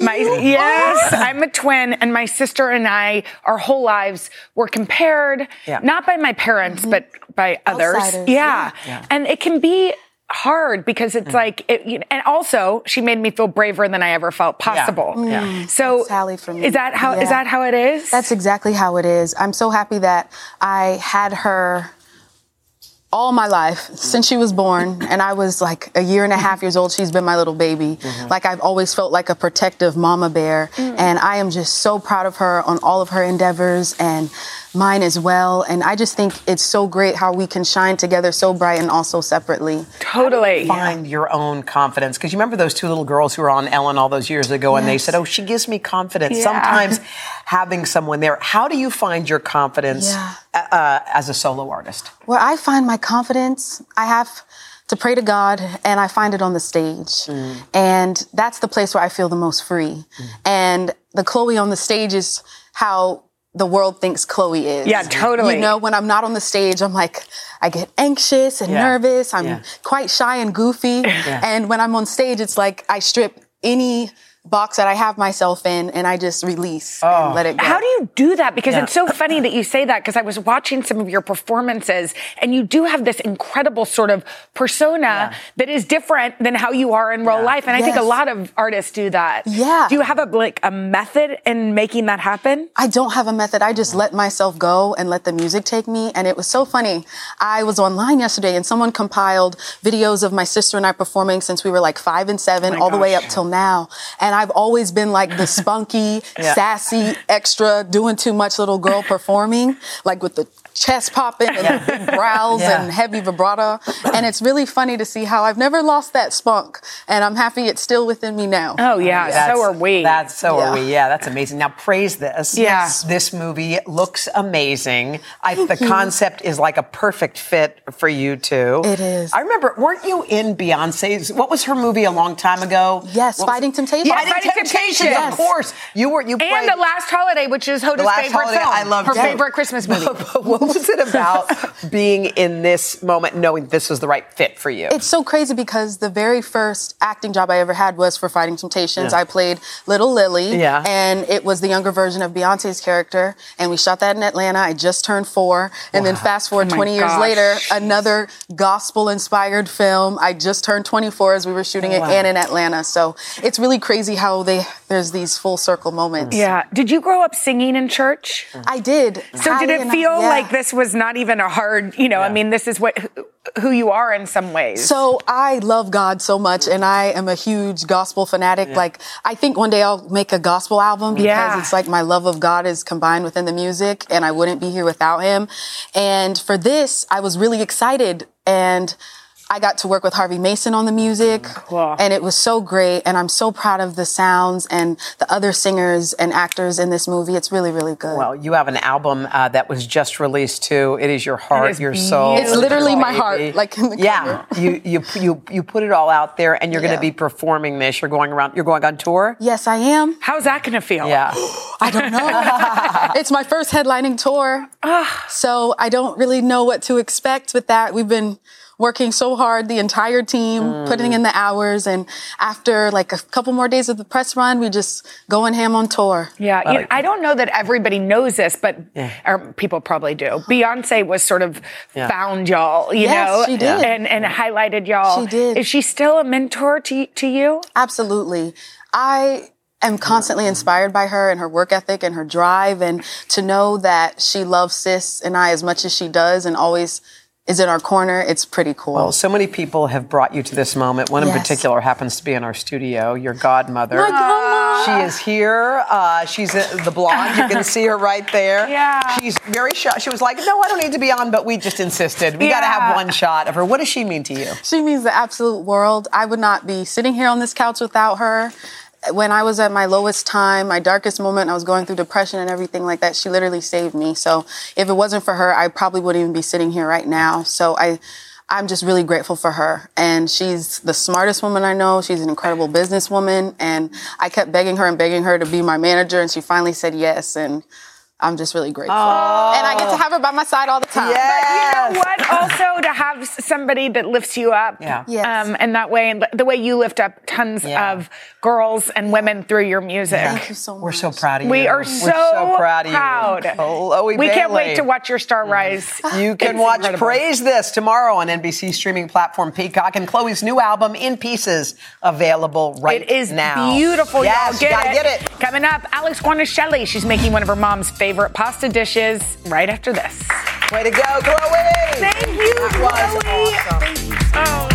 [SPEAKER 2] My yes, I'm a twin, and my sister and I, our whole lives were compared,
[SPEAKER 1] Yeah.
[SPEAKER 2] not by my parents, but by others.
[SPEAKER 6] Mm-hmm. Outsiders,
[SPEAKER 2] Yeah. and it can be hard because it's
[SPEAKER 1] Mm.
[SPEAKER 2] like, it, you know, and also she made me feel braver than I ever felt possible.
[SPEAKER 1] Yeah.
[SPEAKER 2] So
[SPEAKER 6] Mm. That's Sally for me.
[SPEAKER 2] Is that how is
[SPEAKER 6] Yeah.
[SPEAKER 2] that how it is?
[SPEAKER 6] That's exactly how it is. I'm so happy that I had her all my life since she was born and I was like a year and a half years old she's been my little baby like I've always felt like a protective mama bear and I am just so proud of her on all of her endeavors and mine as well and I just think it's so great how we can shine together so bright and also separately
[SPEAKER 2] totally.
[SPEAKER 1] Find your own confidence. Because you remember those two little girls who were on Ellen all those years ago, and they said, Oh, she gives me confidence.
[SPEAKER 2] Yeah.
[SPEAKER 1] Sometimes having someone there. How do you find your confidence
[SPEAKER 6] Yeah.
[SPEAKER 1] uh, uh, as a solo artist?
[SPEAKER 6] Where I find my confidence, I have to pray to God and I find it on the stage.
[SPEAKER 2] Mm.
[SPEAKER 6] And that's the place where I feel the most free. And the Chloe on the stage is how the world thinks Chloe is.
[SPEAKER 2] Yeah, totally.
[SPEAKER 6] You know, when I'm not on the stage, I'm like, I get anxious and
[SPEAKER 1] Yeah.
[SPEAKER 6] nervous. I'm
[SPEAKER 1] Yeah.
[SPEAKER 6] quite shy and goofy. And when I'm on stage, it's like I strip any box that I have myself in and I just release and let it go.
[SPEAKER 2] Oh. How do you do that? Because it's so funny that you say that because I was watching some of your performances and you do have this incredible sort of persona that is different than how you are in real life. And I think a
[SPEAKER 6] Yes.
[SPEAKER 2] lot of artists do that.
[SPEAKER 6] Yeah.
[SPEAKER 2] Do you have a like a method in making that happen?
[SPEAKER 6] I don't have a method. I just let myself go and let the music take me. And it was so funny. I was online yesterday and someone compiled videos of my sister and I performing since we were like five and seven, all the way up till now. And I've always been like the spunky, sassy, extra, doing too much little girl performing, like with the chest popping and the big growls
[SPEAKER 1] Yeah.
[SPEAKER 6] and heavy vibrato. And it's really funny to see how I've never lost that spunk. And I'm happy it's still within me now.
[SPEAKER 2] Oh yeah.
[SPEAKER 1] That's-
[SPEAKER 2] so are we.
[SPEAKER 1] That's so are
[SPEAKER 6] Yeah.
[SPEAKER 1] we. Yeah, that's amazing. Now praise this.
[SPEAKER 2] Yeah.
[SPEAKER 1] Yes. This movie looks amazing. I, the concept is like a perfect fit for you two.
[SPEAKER 6] It is.
[SPEAKER 1] I remember, weren't you in Beyonce's? What was her movie a long time ago?
[SPEAKER 6] Yes,
[SPEAKER 1] What was-
[SPEAKER 6] Fighting Temptation.
[SPEAKER 1] Fighting,
[SPEAKER 2] Yeah, Fighting
[SPEAKER 1] Temptations.
[SPEAKER 2] Temptations.
[SPEAKER 1] Of course, you were. You
[SPEAKER 2] and
[SPEAKER 1] played
[SPEAKER 2] the last holiday, which is Hoda's
[SPEAKER 1] The Last
[SPEAKER 2] favorite
[SPEAKER 1] Holiday,
[SPEAKER 2] film.
[SPEAKER 1] I loved
[SPEAKER 2] her
[SPEAKER 1] it.
[SPEAKER 2] favorite Christmas movie.
[SPEAKER 1] But what was it about being in this moment, knowing this was the right fit for you?
[SPEAKER 6] It's so crazy because the very first acting job I ever had was for Fighting Temptations.
[SPEAKER 1] Yeah.
[SPEAKER 6] I played Little Lily,
[SPEAKER 1] Yeah.
[SPEAKER 6] and it was the younger version of Beyonce's character. And we shot that in Atlanta. I just turned four, and then fast forward
[SPEAKER 2] Oh my
[SPEAKER 6] 20 years
[SPEAKER 2] gosh.
[SPEAKER 6] later, another gospel-inspired film. I just turned 24 as we were shooting it, and in Atlanta. So it's really crazy how they there's these full circle moments.
[SPEAKER 2] Yeah. Did you grow up singing in church?
[SPEAKER 6] I did.
[SPEAKER 2] So did
[SPEAKER 6] Hallie
[SPEAKER 2] it
[SPEAKER 6] and I-
[SPEAKER 2] feel
[SPEAKER 6] yeah.
[SPEAKER 2] like this was not even a hard, you know, I mean, this is what who you are in some ways.
[SPEAKER 6] So I love God so much, and I am a huge gospel fanatic. Like I think one day I'll make a gospel album because
[SPEAKER 2] Yeah.
[SPEAKER 6] it's like my love of God is combined within the music, and I wouldn't be here without Him. And for this, I was really excited, and I got to work with Harvey Mason on the music, and it was so great. And I'm so proud of the sounds and the other singers and actors in this movie. It's really, really good.
[SPEAKER 1] Well, you have an album uh, that was just released too. It is your heart,
[SPEAKER 2] is
[SPEAKER 1] your soul.
[SPEAKER 2] beautiful.
[SPEAKER 6] It's literally my
[SPEAKER 1] baby.
[SPEAKER 6] heart, like in the
[SPEAKER 1] yeah, you you you you put it all out there, and you're going
[SPEAKER 6] Yeah.
[SPEAKER 1] to be performing this. You're going around. You're going on tour.
[SPEAKER 6] yes, I am.
[SPEAKER 2] How's that going to feel?
[SPEAKER 1] Yeah,
[SPEAKER 6] I don't know. it's my first headlining tour. so I don't really know what to expect with that. We've been working so hard, the entire team, putting in the hours. And after like a couple more days of the press run, we just going ham on tour.
[SPEAKER 2] Yeah, you know, I don't know that everybody knows this, but or people probably do. Beyonce was sort of found y'all, you
[SPEAKER 6] Yes,
[SPEAKER 2] know,
[SPEAKER 6] she did.
[SPEAKER 2] and and highlighted y'all.
[SPEAKER 6] She did.
[SPEAKER 2] Is she still a mentor to to you?
[SPEAKER 6] Absolutely. I am constantly inspired by her and her work ethic and her drive and to know that she loves sis and I as much as she does and always is in our corner. It's pretty cool.
[SPEAKER 1] Well, so many people have brought you to this moment. One in
[SPEAKER 6] Yes.
[SPEAKER 1] particular happens to be in our studio. Your godmother.
[SPEAKER 6] oh My grandma!
[SPEAKER 1] She is here. Uh, she's uh, the blonde. You can see her right there.
[SPEAKER 2] Yeah.
[SPEAKER 1] She's very shy. She was like, "No, I don't need to be on," but we just insisted. We got to
[SPEAKER 2] Yeah.
[SPEAKER 1] have one shot of her. What does she mean to you?
[SPEAKER 6] She means the absolute world. I would not be sitting here on this couch without her. When I was at my lowest time, my darkest moment, I was going through depression and everything like that. She literally saved me. So if it wasn't for her, I probably wouldn't even be sitting here right now. So I, I'm just really grateful for her. And she's the smartest woman I know. She's an incredible businesswoman. And I kept begging her and begging her to be my manager. And she finally said yes. And I'm just really grateful. And I get to have her by my side all the time.
[SPEAKER 2] You know what? Also, to have s- somebody that lifts you up,
[SPEAKER 1] Yeah.
[SPEAKER 6] Yes.
[SPEAKER 2] um, and that way, and the way you lift up tons
[SPEAKER 1] Yeah.
[SPEAKER 2] of girls and women through your music.
[SPEAKER 6] Thank you so much.
[SPEAKER 1] We're so proud of you.
[SPEAKER 2] We are
[SPEAKER 1] We're
[SPEAKER 2] so,
[SPEAKER 1] proud of
[SPEAKER 2] proud.
[SPEAKER 1] you. Oh, Chloe
[SPEAKER 2] we can't
[SPEAKER 1] Bailey.
[SPEAKER 2] wait to watch your
[SPEAKER 6] Mm-hmm.
[SPEAKER 2] star rise.
[SPEAKER 1] You can
[SPEAKER 2] It's
[SPEAKER 1] watch
[SPEAKER 2] incredible.
[SPEAKER 1] Praise This tomorrow on NBC streaming platform Peacock and Chloe's new album In Pieces available right
[SPEAKER 2] It is
[SPEAKER 1] now.
[SPEAKER 2] beautiful.
[SPEAKER 1] Yes,
[SPEAKER 2] y'all. Get,
[SPEAKER 1] you gotta
[SPEAKER 2] it.
[SPEAKER 1] get it.
[SPEAKER 2] Coming up, Alex Guaniscelli. She's making one of her mom's favorite pasta dishes right after this.
[SPEAKER 1] Way to go, Chloe.
[SPEAKER 2] Thank you,
[SPEAKER 1] That was
[SPEAKER 2] Chloe.
[SPEAKER 1] awesome.
[SPEAKER 2] Oh, that-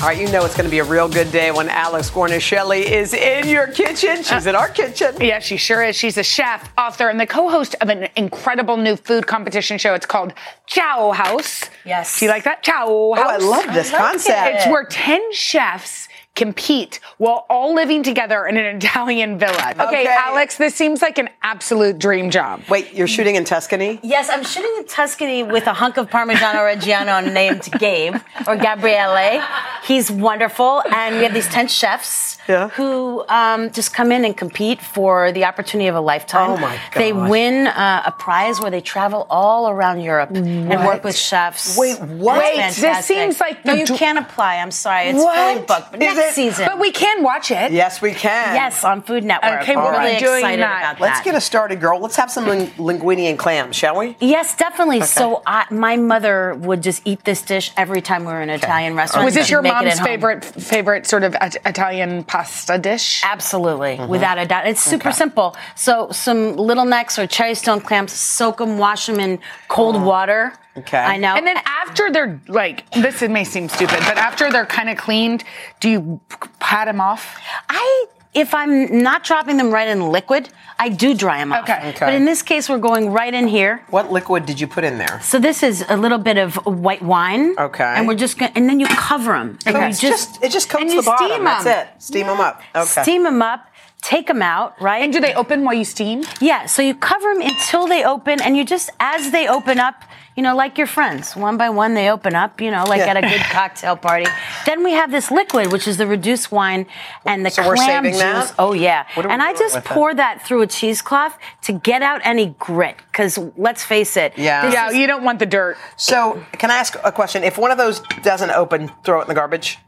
[SPEAKER 1] All right, you know it's going to be a real good day when Alex Gornishelli is in your kitchen. She's in our kitchen.
[SPEAKER 2] Yeah, she sure is. She's a chef, author, and the co-host of an incredible new food competition show. It's called Chow House.
[SPEAKER 3] Yes.
[SPEAKER 2] Do you like that? Chow House.
[SPEAKER 1] Oh, I love this I like concept. it.
[SPEAKER 2] It's where 10 chefs compete while all living together in an Italian villa. Okay,
[SPEAKER 1] Okay.
[SPEAKER 2] Alex, this seems like an absolute dream job.
[SPEAKER 1] Wait, you're shooting in Tuscany?
[SPEAKER 4] Yes, I'm shooting in Tuscany with a hunk of Parmigiano Reggiano named Gabe or Gabriele. He's wonderful, and we have these ten chefs
[SPEAKER 1] Yeah.
[SPEAKER 4] who um, just come in and compete for the opportunity of a lifetime.
[SPEAKER 1] Oh, my
[SPEAKER 4] They
[SPEAKER 1] gosh.
[SPEAKER 4] win uh, a prize where they travel all around Europe and work with chefs.
[SPEAKER 1] Wait, what?
[SPEAKER 4] It's
[SPEAKER 1] Wait,
[SPEAKER 2] this
[SPEAKER 4] fantastic.
[SPEAKER 2] seems like
[SPEAKER 4] no,
[SPEAKER 2] the
[SPEAKER 4] you
[SPEAKER 2] dr-
[SPEAKER 4] can't apply. I'm sorry, it's fully
[SPEAKER 2] What?
[SPEAKER 4] booked. But
[SPEAKER 1] Is
[SPEAKER 4] next
[SPEAKER 1] it-
[SPEAKER 4] season,
[SPEAKER 2] But we can watch it.
[SPEAKER 1] Yes, we can.
[SPEAKER 4] yes, on Food Network.
[SPEAKER 2] Okay,
[SPEAKER 4] we're
[SPEAKER 2] we'll be
[SPEAKER 4] really
[SPEAKER 2] doing
[SPEAKER 4] excited
[SPEAKER 2] that.
[SPEAKER 4] about that.
[SPEAKER 1] Let's get us started, girl. Let's have some lin- linguine and clams, shall we?
[SPEAKER 4] Yes, definitely. So I, my mother would just eat this dish every time we were in an Italian restaurant.
[SPEAKER 2] Was this
[SPEAKER 4] She'd
[SPEAKER 2] your
[SPEAKER 4] make it
[SPEAKER 2] mom's
[SPEAKER 4] at home.
[SPEAKER 2] favorite favorite sort of It- Italian pasta dish?
[SPEAKER 4] Absolutely,
[SPEAKER 1] Mm-hmm.
[SPEAKER 4] without a doubt. It's super simple. So some little necks or cherry stone clams, soak them, wash them in cold water.
[SPEAKER 1] Oh. Okay.
[SPEAKER 4] I know.
[SPEAKER 2] And then after they're like, this may seem stupid, but after they're kind of cleaned, do you pat them off?
[SPEAKER 4] I. If I'm not dropping them right in liquid, I do dry them off.
[SPEAKER 2] Okay.
[SPEAKER 1] Okay.
[SPEAKER 4] But in this case, we're going right in here.
[SPEAKER 1] What liquid did you put in there?
[SPEAKER 4] So this is a little bit of white wine.
[SPEAKER 1] Okay.
[SPEAKER 4] And we're just going, to and then you cover them. And
[SPEAKER 2] Okay.
[SPEAKER 4] you
[SPEAKER 2] It's
[SPEAKER 4] just,
[SPEAKER 1] it just comes
[SPEAKER 4] and
[SPEAKER 1] to
[SPEAKER 4] you
[SPEAKER 1] the bottom.
[SPEAKER 4] Steam 'em.
[SPEAKER 1] That's it. Steam them up. Okay.
[SPEAKER 4] Steam them up, take them out, right?
[SPEAKER 2] And do they open while you steam?
[SPEAKER 4] yeah, so you cover them until they open, and you just, as they open up, you know, like your friends. One by one, they open up, you know, like at a good cocktail party. Then we have this liquid, which is the reduced wine and the
[SPEAKER 1] So we're
[SPEAKER 4] clam
[SPEAKER 1] saving
[SPEAKER 4] juice.
[SPEAKER 1] that?
[SPEAKER 4] Oh, yeah.
[SPEAKER 1] What are we
[SPEAKER 4] And I
[SPEAKER 1] doing
[SPEAKER 4] just
[SPEAKER 1] with that?
[SPEAKER 4] pour that? through a cheesecloth to get out any grit. Because let's face it.
[SPEAKER 1] Yeah.
[SPEAKER 4] this
[SPEAKER 2] Yeah,
[SPEAKER 4] is-
[SPEAKER 2] you don't want the dirt.
[SPEAKER 1] So, can I ask a question? If one of those doesn't open, throw it in the garbage.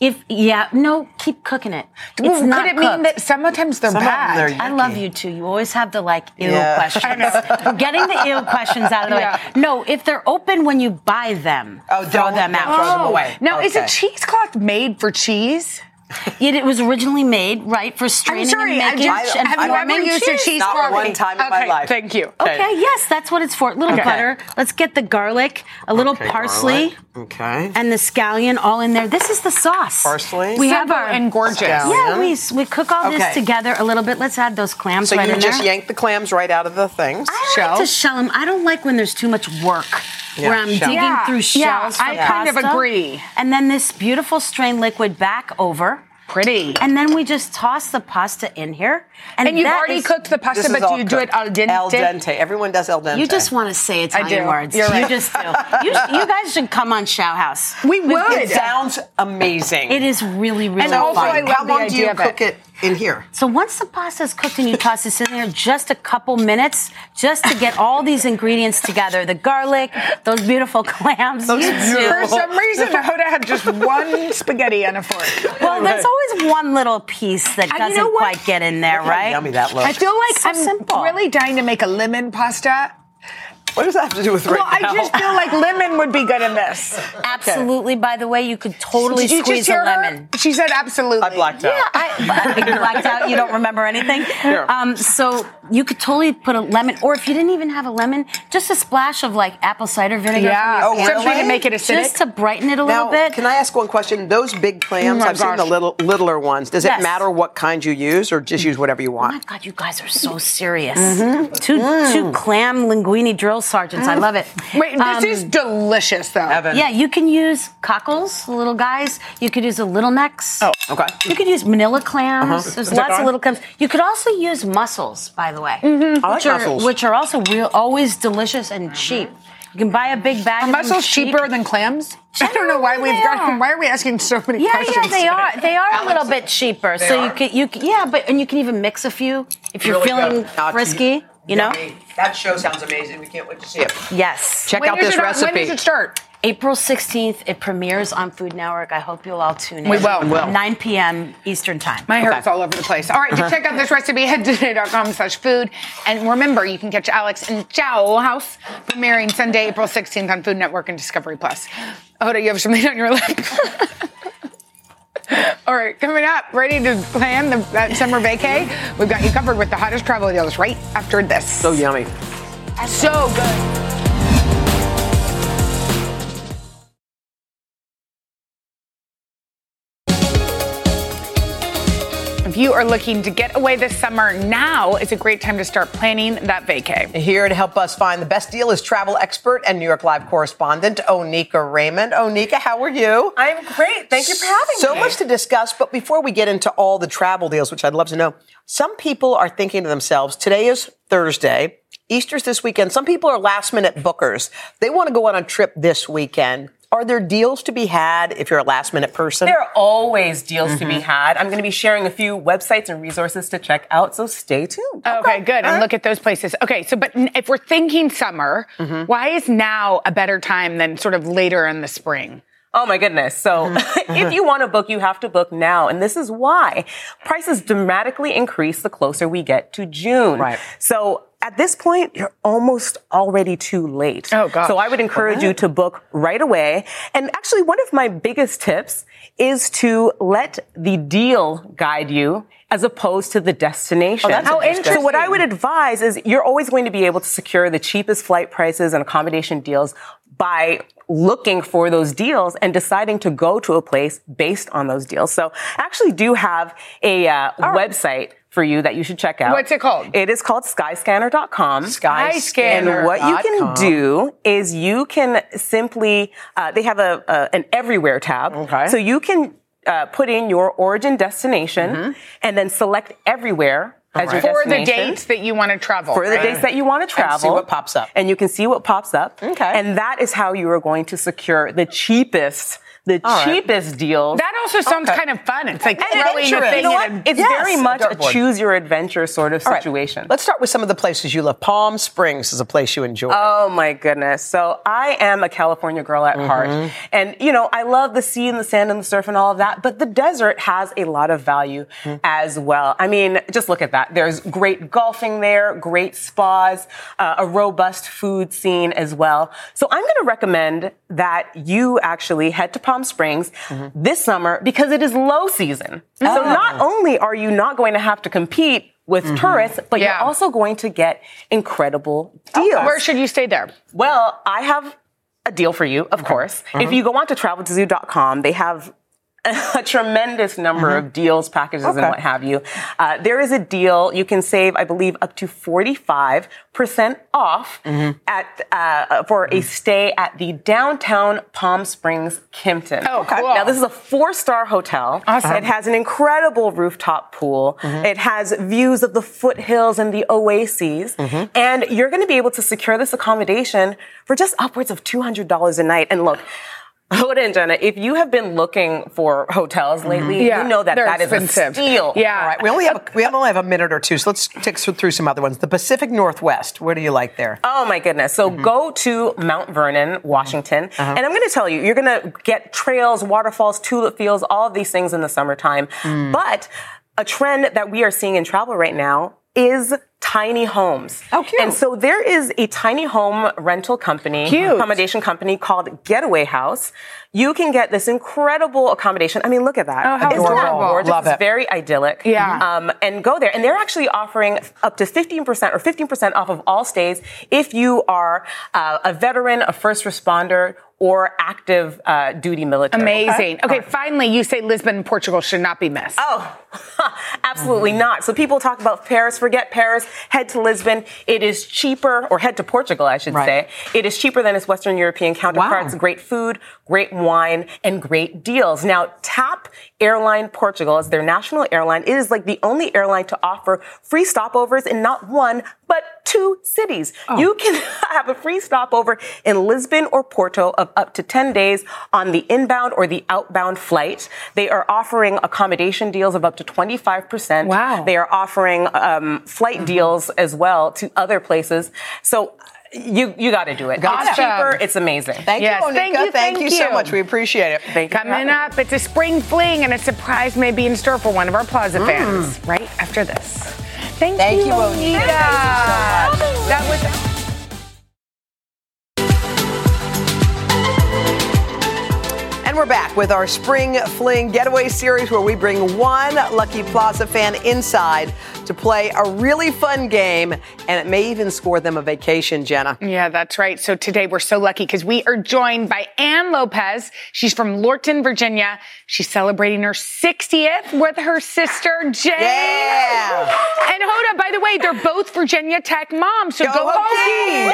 [SPEAKER 4] if, yeah, no, keep cooking it. It's
[SPEAKER 2] Well,
[SPEAKER 4] not
[SPEAKER 2] could it
[SPEAKER 4] cooked.
[SPEAKER 2] mean that sometimes they're
[SPEAKER 1] Some of them
[SPEAKER 2] bad?
[SPEAKER 1] they're-
[SPEAKER 4] I love you too. You always have the like ew
[SPEAKER 1] Yeah. I
[SPEAKER 4] questions. We're getting the ew questions out of the
[SPEAKER 2] Yeah.
[SPEAKER 4] way. No, if they're open when you buy them,
[SPEAKER 1] Oh,
[SPEAKER 4] throw
[SPEAKER 1] don't-
[SPEAKER 4] them
[SPEAKER 1] don't
[SPEAKER 4] out. Oh.
[SPEAKER 1] throw them away.
[SPEAKER 2] Now, is a
[SPEAKER 1] Okay.
[SPEAKER 2] cheesecloth made for cheese?
[SPEAKER 4] It, it was originally made right for straining
[SPEAKER 2] sorry,
[SPEAKER 4] and
[SPEAKER 2] Oh. I'm
[SPEAKER 4] making
[SPEAKER 2] just-
[SPEAKER 4] and
[SPEAKER 2] have you
[SPEAKER 4] forming
[SPEAKER 2] ever used a
[SPEAKER 4] cheese.
[SPEAKER 2] cheese-
[SPEAKER 1] Not
[SPEAKER 2] Sorry.
[SPEAKER 1] one time in my
[SPEAKER 2] Okay,
[SPEAKER 1] life.
[SPEAKER 2] thank you.
[SPEAKER 4] Okay, yes, that's what it's for. A little butter. Let's get the garlic, a little
[SPEAKER 1] Okay,
[SPEAKER 4] parsley,
[SPEAKER 1] garlic. Okay.
[SPEAKER 4] and the scallion all in there. This is the sauce.
[SPEAKER 1] Parsley.
[SPEAKER 4] We have
[SPEAKER 2] Simple
[SPEAKER 4] our
[SPEAKER 2] and gorgeous.
[SPEAKER 1] Scallion.
[SPEAKER 4] Yeah, we, we cook all
[SPEAKER 1] Okay.
[SPEAKER 4] this together a little bit. Let's add those clams
[SPEAKER 1] so
[SPEAKER 4] right
[SPEAKER 1] you
[SPEAKER 4] in
[SPEAKER 1] just
[SPEAKER 4] there.
[SPEAKER 1] yank the clams right out of the things.
[SPEAKER 4] I
[SPEAKER 2] shell?
[SPEAKER 4] like to shell them. I don't like when there's too much work
[SPEAKER 1] Yeah,
[SPEAKER 4] where I'm
[SPEAKER 1] shell.
[SPEAKER 4] digging
[SPEAKER 2] Yeah,
[SPEAKER 4] through
[SPEAKER 2] yeah,
[SPEAKER 4] shells.
[SPEAKER 2] I
[SPEAKER 4] for
[SPEAKER 2] kind of
[SPEAKER 4] pasta.
[SPEAKER 2] agree.
[SPEAKER 4] And then this beautiful strained liquid back over.
[SPEAKER 2] Pretty.
[SPEAKER 4] And then we just toss the pasta in here. And,
[SPEAKER 2] And you've
[SPEAKER 4] that
[SPEAKER 2] already
[SPEAKER 4] is-
[SPEAKER 2] cooked the
[SPEAKER 1] This
[SPEAKER 2] pasta,
[SPEAKER 1] is
[SPEAKER 2] but
[SPEAKER 1] all
[SPEAKER 2] do you do
[SPEAKER 1] cooked.
[SPEAKER 2] it al dente?
[SPEAKER 1] Al dente. Everyone does al dente.
[SPEAKER 4] You just want to say Italian
[SPEAKER 2] do.
[SPEAKER 4] words.
[SPEAKER 2] You're right.
[SPEAKER 4] You just do. You, sh- you guys should come on Show House.
[SPEAKER 2] We would.
[SPEAKER 1] It sounds amazing. Oh
[SPEAKER 4] It is really, really
[SPEAKER 2] And also
[SPEAKER 4] fun.
[SPEAKER 2] I love
[SPEAKER 1] How
[SPEAKER 2] the
[SPEAKER 1] long do you
[SPEAKER 2] idea of
[SPEAKER 1] cook it. in here?
[SPEAKER 4] So once the pasta is cooked and you toss this in there, just a couple minutes, just to get all these ingredients together: the garlic, those beautiful clams. you too.
[SPEAKER 2] For some reason, Hoda had just one spaghetti on a fork.
[SPEAKER 4] Well, there's always one little piece that
[SPEAKER 2] And
[SPEAKER 4] doesn't
[SPEAKER 2] you know what?
[SPEAKER 4] quite get in there,
[SPEAKER 1] Look how
[SPEAKER 4] right?
[SPEAKER 1] Yummy that looks.
[SPEAKER 2] I feel like
[SPEAKER 4] So
[SPEAKER 2] I'm
[SPEAKER 4] simple.
[SPEAKER 2] really dying to make a lemon pasta.
[SPEAKER 1] what does that have to do with right
[SPEAKER 2] Well, I
[SPEAKER 1] now?
[SPEAKER 2] just feel like lemon would be good in this.
[SPEAKER 4] Absolutely. By the way, you could totally
[SPEAKER 2] Did you
[SPEAKER 4] squeeze
[SPEAKER 2] just hear
[SPEAKER 4] a lemon.
[SPEAKER 2] Her? She said absolutely.
[SPEAKER 1] I blacked out.
[SPEAKER 4] Yeah, I, you blacked out. You don't remember anything. Um, so you could totally put a lemon, or if you didn't even have a lemon, just a splash of like apple cider vinegar.
[SPEAKER 2] Yeah.
[SPEAKER 4] from your
[SPEAKER 1] Oh,
[SPEAKER 4] pantry.
[SPEAKER 1] really?
[SPEAKER 2] to make it acidic?
[SPEAKER 4] Just to brighten it a
[SPEAKER 1] Now,
[SPEAKER 4] little bit.
[SPEAKER 1] can I ask one question? Those big clams,
[SPEAKER 2] Oh my
[SPEAKER 1] I've seen the
[SPEAKER 2] gosh.
[SPEAKER 1] little littler ones. Does
[SPEAKER 4] Yes.
[SPEAKER 1] it matter what kind you use, or just use whatever you
[SPEAKER 4] Oh my
[SPEAKER 1] want?
[SPEAKER 4] God, you guys are so serious.
[SPEAKER 2] Mm-hmm.
[SPEAKER 4] Two, two clam linguine drill sergeants. I love it.
[SPEAKER 2] Mm. Wait, this
[SPEAKER 4] Um,
[SPEAKER 2] is delicious though.
[SPEAKER 1] Evan.
[SPEAKER 4] Yeah, you can use cockles, the little guys. You could use the little necks. Oh,
[SPEAKER 1] okay.
[SPEAKER 4] You could use manila clams. There's
[SPEAKER 2] Stick
[SPEAKER 4] lots
[SPEAKER 2] on.
[SPEAKER 4] of little clams. You could also use mussels, by the way,
[SPEAKER 2] Mm-hmm.
[SPEAKER 1] I like
[SPEAKER 4] which, are,
[SPEAKER 1] mussels.
[SPEAKER 4] which are also real, always delicious and cheap. You can buy a big bag.
[SPEAKER 2] Are
[SPEAKER 4] of them
[SPEAKER 2] mussels
[SPEAKER 4] cheap.
[SPEAKER 2] cheaper than clams? I don't know why
[SPEAKER 4] Generally,
[SPEAKER 2] we've
[SPEAKER 4] they
[SPEAKER 2] got.
[SPEAKER 4] are.
[SPEAKER 2] Why are we asking so many
[SPEAKER 4] Yeah,
[SPEAKER 2] questions?
[SPEAKER 4] yeah, they are. They are a little
[SPEAKER 2] Alex,
[SPEAKER 4] bit cheaper. So you could, you could, yeah, but and you can even mix a few if you're feeling frisky. You know,
[SPEAKER 1] that show sounds amazing. We can't wait to see it.
[SPEAKER 4] yes.
[SPEAKER 1] Check
[SPEAKER 2] When
[SPEAKER 1] out
[SPEAKER 2] does
[SPEAKER 1] this
[SPEAKER 2] it-
[SPEAKER 1] recipe.
[SPEAKER 2] When does it start?
[SPEAKER 4] April 16th, it premieres on Food Network. I hope you'll all tune in.
[SPEAKER 2] We will. We will.
[SPEAKER 4] 9 p.m. Eastern Time.
[SPEAKER 2] My hair's all over the place. All right,
[SPEAKER 1] Uh-huh.
[SPEAKER 2] to check out this recipe, head to today.com slash food. And remember, you can catch Alex and Chow House premiering Sunday, April 16th on Food Network and Discovery Plus. Hoda, you have something on your lip. All right, coming up, ready to plan the, that summer vacay? We've got you covered with the hottest travel deals right after this.
[SPEAKER 1] So yummy.
[SPEAKER 2] so good. If you are looking to get away this summer, now is a great time to start planning that vacay.
[SPEAKER 1] Here to help us find the best deal is travel expert and New York Live correspondent Onika Raymond. Onika, how are you?
[SPEAKER 7] I'm great. Thank you for having
[SPEAKER 1] so
[SPEAKER 7] me.
[SPEAKER 1] much to discuss, but before we get into all the travel deals, which I'd love to know, some people are thinking to themselves, today is Thursday, Easter's this weekend. Some people are last minute bookers. They want to go on a trip this weekend. Are there deals to be had if you're a last minute person?
[SPEAKER 7] There are always deals to
[SPEAKER 3] Mm-hmm.
[SPEAKER 7] be had. I'm going to be sharing a few websites and resources to check out, so stay tuned.
[SPEAKER 2] Okay, good. And look at those places. Okay, so but n- if we're thinking summer,
[SPEAKER 6] Mm-hmm.
[SPEAKER 2] why is now a better time than sort of later in the spring?
[SPEAKER 7] Oh my goodness. So
[SPEAKER 3] Mm-hmm.
[SPEAKER 7] if you want to book, you have to book now. And this is why prices dramatically increase the closer we get to June.
[SPEAKER 1] Right.
[SPEAKER 7] So at this point, you're almost already too late.
[SPEAKER 2] Oh, gosh.
[SPEAKER 7] So I would encourage you to book right away. And actually, one of my biggest tips is to let the deal guide you as opposed to the
[SPEAKER 2] Oh,
[SPEAKER 7] destination.
[SPEAKER 1] that's How interesting.
[SPEAKER 7] So what I would advise is you're always going to be able to secure the cheapest flight prices and accommodation deals by looking for those deals and deciding to go to a place based on those deals. So I actually do have a uh, website for you that you should check out.
[SPEAKER 2] What's it called?
[SPEAKER 7] It is called skyscanner.com.
[SPEAKER 1] Skyscanner.
[SPEAKER 7] And what you can do is you can simply, uh, they have a, a an everywhere tab.
[SPEAKER 1] Okay.
[SPEAKER 7] So
[SPEAKER 1] Mm-hmm.
[SPEAKER 7] you can uh, put in your origin destination and then select everywhere.
[SPEAKER 6] as your
[SPEAKER 2] for the
[SPEAKER 6] destination.
[SPEAKER 2] dates that you want to travel.
[SPEAKER 6] for the
[SPEAKER 2] right?
[SPEAKER 6] dates that you want to travel.
[SPEAKER 1] what pops up.
[SPEAKER 6] And you can see what pops up.
[SPEAKER 1] Okay.
[SPEAKER 6] And that is how you are going to secure the cheapest, the
[SPEAKER 1] All right.
[SPEAKER 6] cheapest deals.
[SPEAKER 2] That also sounds kind of fun. It's like throwing a
[SPEAKER 1] adventurous.
[SPEAKER 2] thing
[SPEAKER 6] You know
[SPEAKER 2] at
[SPEAKER 6] what?
[SPEAKER 2] a
[SPEAKER 6] It's
[SPEAKER 1] Yes,
[SPEAKER 6] very much
[SPEAKER 1] a
[SPEAKER 6] a
[SPEAKER 1] dartboard.
[SPEAKER 6] choose your adventure sort of
[SPEAKER 1] All right.
[SPEAKER 6] situation.
[SPEAKER 1] Let's start with some of the places you love. Palm Springs is a place you enjoy.
[SPEAKER 6] Oh my goodness. So I am a California girl at heart. And, you know, I love the sea and the sand and the surf and all of that, but the desert has a lot of value as well. I mean, just look at that. There's great golfing there, great spas, uh, a robust food scene as well. So I'm going to recommend that you actually head to Palm Springs
[SPEAKER 1] Mm-hmm.
[SPEAKER 6] this summer because it is low season. So not only are you not going to have to compete with tourists, but
[SPEAKER 2] Yeah.
[SPEAKER 6] you're also going to get incredible deals.
[SPEAKER 2] Where should you stay there?
[SPEAKER 6] Well, I have a deal for you, of course.
[SPEAKER 2] Mm-hmm.
[SPEAKER 6] If you go on to traveltozoo.com, they have a tremendous number of
[SPEAKER 2] Mm-hmm.
[SPEAKER 6] deals, packages, and what have you. Uh, there is a deal you can save, I believe, up to 45% off
[SPEAKER 2] Mm-hmm.
[SPEAKER 6] at uh, for a stay at the downtown Palm Springs Kimpton.
[SPEAKER 2] Oh, Okay. cool.
[SPEAKER 6] Now, this is a four star hotel.
[SPEAKER 2] Awesome. Mm-hmm.
[SPEAKER 6] It has an incredible rooftop pool. It has views of the foothills and the oases.
[SPEAKER 2] Mm-hmm.
[SPEAKER 6] And you're going to be able to secure this accommodation for just upwards of $200 a night. And look, Hoda and Jenna, if you have been looking for hotels lately,
[SPEAKER 2] Mm-hmm. Yeah,
[SPEAKER 6] you know that
[SPEAKER 2] they're
[SPEAKER 6] that is
[SPEAKER 2] expensive.
[SPEAKER 6] a steal.
[SPEAKER 2] Yeah.
[SPEAKER 1] All right, we only have a, we only have a minute or two, so let's tick through some other ones. The Pacific Northwest. Where do you like there?
[SPEAKER 6] Oh my goodness. So go to Mount Vernon, Washington.
[SPEAKER 1] Uh-huh.
[SPEAKER 6] And I'm going to tell you, you're going to get trails, waterfalls, tulip fields, all of these things in the summertime.
[SPEAKER 1] Mm.
[SPEAKER 6] But a trend that we are seeing in travel right now is tiny homes.
[SPEAKER 1] Oh, cute.
[SPEAKER 6] And so there is a tiny home rental company,
[SPEAKER 2] Cute.
[SPEAKER 6] accommodation company called Getaway House. You can get this incredible accommodation. I mean, look at that.
[SPEAKER 2] Oh, how
[SPEAKER 6] Isn't that
[SPEAKER 2] adorable.
[SPEAKER 6] gorgeous?
[SPEAKER 1] Love
[SPEAKER 6] It's
[SPEAKER 1] it.
[SPEAKER 6] very idyllic.
[SPEAKER 2] Yeah.
[SPEAKER 6] Um, and go there. And they're actually offering up to 15% or 15% off of all stays if you are uh, a veteran, a first responder, or active uh, duty military.
[SPEAKER 2] Amazing. Okay, finally, you say Lisbon, Portugal should not be missed.
[SPEAKER 6] Oh, absolutely
[SPEAKER 1] Mm-hmm.
[SPEAKER 6] not. So people talk about Paris, forget Paris, head to Lisbon. It is cheaper, or head to Portugal, I should
[SPEAKER 1] Right.
[SPEAKER 6] say. It is cheaper than its Western European counterparts.
[SPEAKER 1] Wow.
[SPEAKER 6] Great food, great wine, and great deals. Now, TAP Airline Portugal is their national airline. It is like the only airline to offer free stopovers in not one, but two cities. You can have a free stopover in Lisbon or Porto of up to 10 days on the inbound or the outbound flight. They are offering accommodation deals of up to 25%.
[SPEAKER 2] Wow.
[SPEAKER 6] They are offering um, flight deals as well to other places. So you you got to do it.
[SPEAKER 2] Gotcha.
[SPEAKER 6] It's cheaper. It's amazing.
[SPEAKER 1] Thank
[SPEAKER 2] Yes,
[SPEAKER 1] you, Monica.
[SPEAKER 2] thank you, thank
[SPEAKER 1] so
[SPEAKER 2] you.
[SPEAKER 1] much. We appreciate it.
[SPEAKER 6] Thank you.
[SPEAKER 2] Coming up, it's a spring fling, and a surprise may be in store for one of our Plaza fans right after this. Thank,
[SPEAKER 1] Thank you, Bonita.
[SPEAKER 2] Bonita. That was.
[SPEAKER 1] And we're back with our Spring Fling Getaway Series where we bring one Lucky Plaza fan inside to play a really fun game, and it may even score them a vacation, Jenna.
[SPEAKER 2] Yeah, that's right. So today we're so lucky because we are joined by Ann Lopez. She's from Lorton, Virginia. She's celebrating her 60th with her sister Jane.
[SPEAKER 1] Yeah.
[SPEAKER 2] And Hoda, by the way, they're both Virginia Tech moms. So go,
[SPEAKER 1] Go Hokies.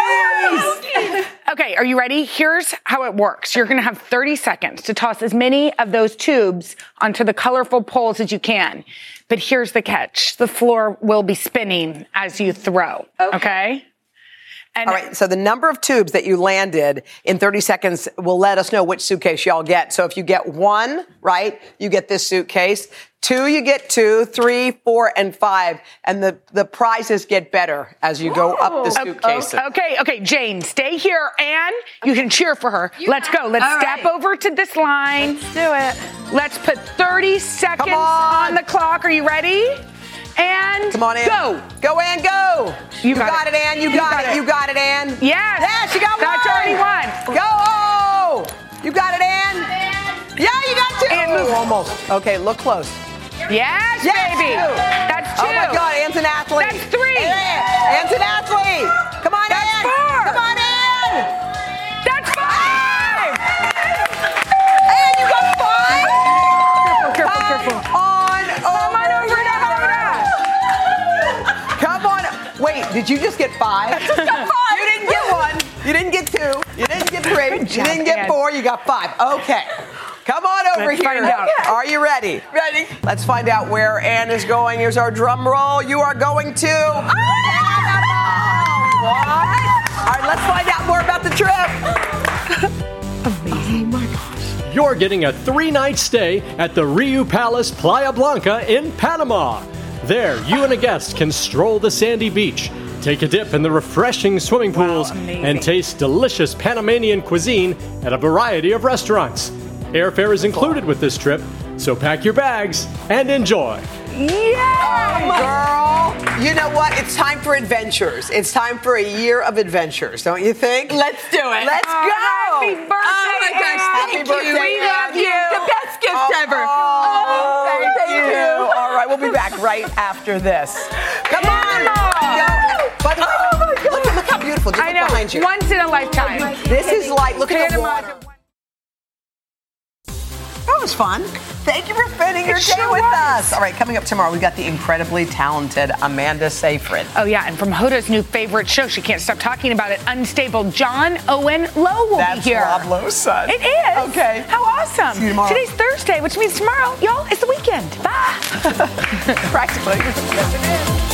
[SPEAKER 2] Hokies. Okay, are you ready? Here's how it works. You're going to have 30 seconds to toss as many of those tubes onto the colorful poles as you can. But here's the catch. The floor will be spinning as you throw. Okay? And
[SPEAKER 1] All right, so the number of tubes that you landed in 30 seconds will let us know which suitcase y'all get. So if you get one, right, you get this suitcase. Two, you get two, three, four, and five. And the, the prizes get better as you go up the suitcases.
[SPEAKER 2] Okay, okay, Jane, stay here, Anne. You can cheer for her. Let's go. Let's
[SPEAKER 8] All
[SPEAKER 2] step
[SPEAKER 8] right.
[SPEAKER 2] over to this line. Let's do it. Let's put 30 seconds
[SPEAKER 1] on.
[SPEAKER 2] on. the clock. Are you ready? And
[SPEAKER 1] Come on, Ann.
[SPEAKER 2] go.
[SPEAKER 1] Go, Ann, go.
[SPEAKER 2] You got
[SPEAKER 1] got
[SPEAKER 2] it.
[SPEAKER 1] it, Ann. You
[SPEAKER 2] You
[SPEAKER 1] got,
[SPEAKER 2] got
[SPEAKER 1] it.
[SPEAKER 2] it.
[SPEAKER 1] You got it, Ann.
[SPEAKER 2] Yes.
[SPEAKER 1] Yes, you got one.
[SPEAKER 2] That's already one.
[SPEAKER 1] Go. You got it, Ann. Yeah, you got two.
[SPEAKER 2] Ann, move.
[SPEAKER 1] Ooh, almost. Okay, look close.
[SPEAKER 2] Yes,
[SPEAKER 1] Yes,
[SPEAKER 2] baby.
[SPEAKER 1] two.
[SPEAKER 2] That's two.
[SPEAKER 1] Oh my God, Ann's an athlete.
[SPEAKER 2] That's three.
[SPEAKER 1] Ann, Ann's an athlete. Come on,
[SPEAKER 2] That's
[SPEAKER 1] Ann.
[SPEAKER 2] four.
[SPEAKER 1] Come on, Ann.
[SPEAKER 2] That's five.
[SPEAKER 1] Ann, you got five.
[SPEAKER 2] Careful, careful,
[SPEAKER 1] Come
[SPEAKER 2] careful.
[SPEAKER 1] on
[SPEAKER 2] Come on over to Hoda.
[SPEAKER 1] Come on. Wait, did you just get five? You didn't get one. You didn't get two. You didn't get three.
[SPEAKER 2] Good
[SPEAKER 1] you
[SPEAKER 2] job,
[SPEAKER 1] didn't get
[SPEAKER 2] Ann.
[SPEAKER 1] four. You got five. Okay. Come on over
[SPEAKER 2] Let's
[SPEAKER 1] here.
[SPEAKER 2] find out.
[SPEAKER 1] Are you ready?
[SPEAKER 3] Ready?
[SPEAKER 1] Let's find out where Anne is going. Here's our drum roll. You are going to.
[SPEAKER 2] Ah!
[SPEAKER 1] All right, let's find out more about the trip.
[SPEAKER 9] You're getting a three night stay at the Riu Palace Playa Blanca in Panama. There, you and a guest can stroll the sandy beach, take a dip in the refreshing swimming pools, and taste delicious Panamanian cuisine at a variety of restaurants. Airfare is included with this trip, so pack your bags and enjoy.
[SPEAKER 1] Girl, you know what? It's time for adventures. It's time for a year of adventures, don't you think?
[SPEAKER 3] Let's do it.
[SPEAKER 1] Let's
[SPEAKER 2] Oh,
[SPEAKER 1] go.
[SPEAKER 2] happy birthday,
[SPEAKER 3] Oh my gosh,
[SPEAKER 2] Ann.
[SPEAKER 3] thank
[SPEAKER 1] Happy birthday,
[SPEAKER 3] you. We
[SPEAKER 1] Ann.
[SPEAKER 3] love you. The best gift
[SPEAKER 1] Oh,
[SPEAKER 3] ever.
[SPEAKER 1] Oh,
[SPEAKER 2] thank you.
[SPEAKER 1] All right, we'll be back right after this. Come on.
[SPEAKER 2] Panama.
[SPEAKER 1] Go. By the way, look, look how beautiful. Just
[SPEAKER 2] I
[SPEAKER 1] look behind
[SPEAKER 2] know.
[SPEAKER 1] you. Oh,
[SPEAKER 2] Once in a lifetime.
[SPEAKER 1] This is like, look at the
[SPEAKER 2] Panama.
[SPEAKER 1] water. That was fun. Thank you for spending your day
[SPEAKER 2] sure
[SPEAKER 1] with
[SPEAKER 2] was.
[SPEAKER 1] us. All right, coming up tomorrow, we've got the incredibly talented Amanda Seyfried.
[SPEAKER 2] Oh, yeah, and from Hoda's new favorite show, she can't stop talking about it, Unstable, John Owen Lowe will
[SPEAKER 1] That's
[SPEAKER 2] be here.
[SPEAKER 1] Rob Lowe's son.
[SPEAKER 2] It is.
[SPEAKER 1] Okay.
[SPEAKER 2] How awesome.
[SPEAKER 1] See you tomorrow.
[SPEAKER 2] Today's Thursday, which means tomorrow, y'all, it's the weekend. Bye.
[SPEAKER 1] Practically. Yes, it is.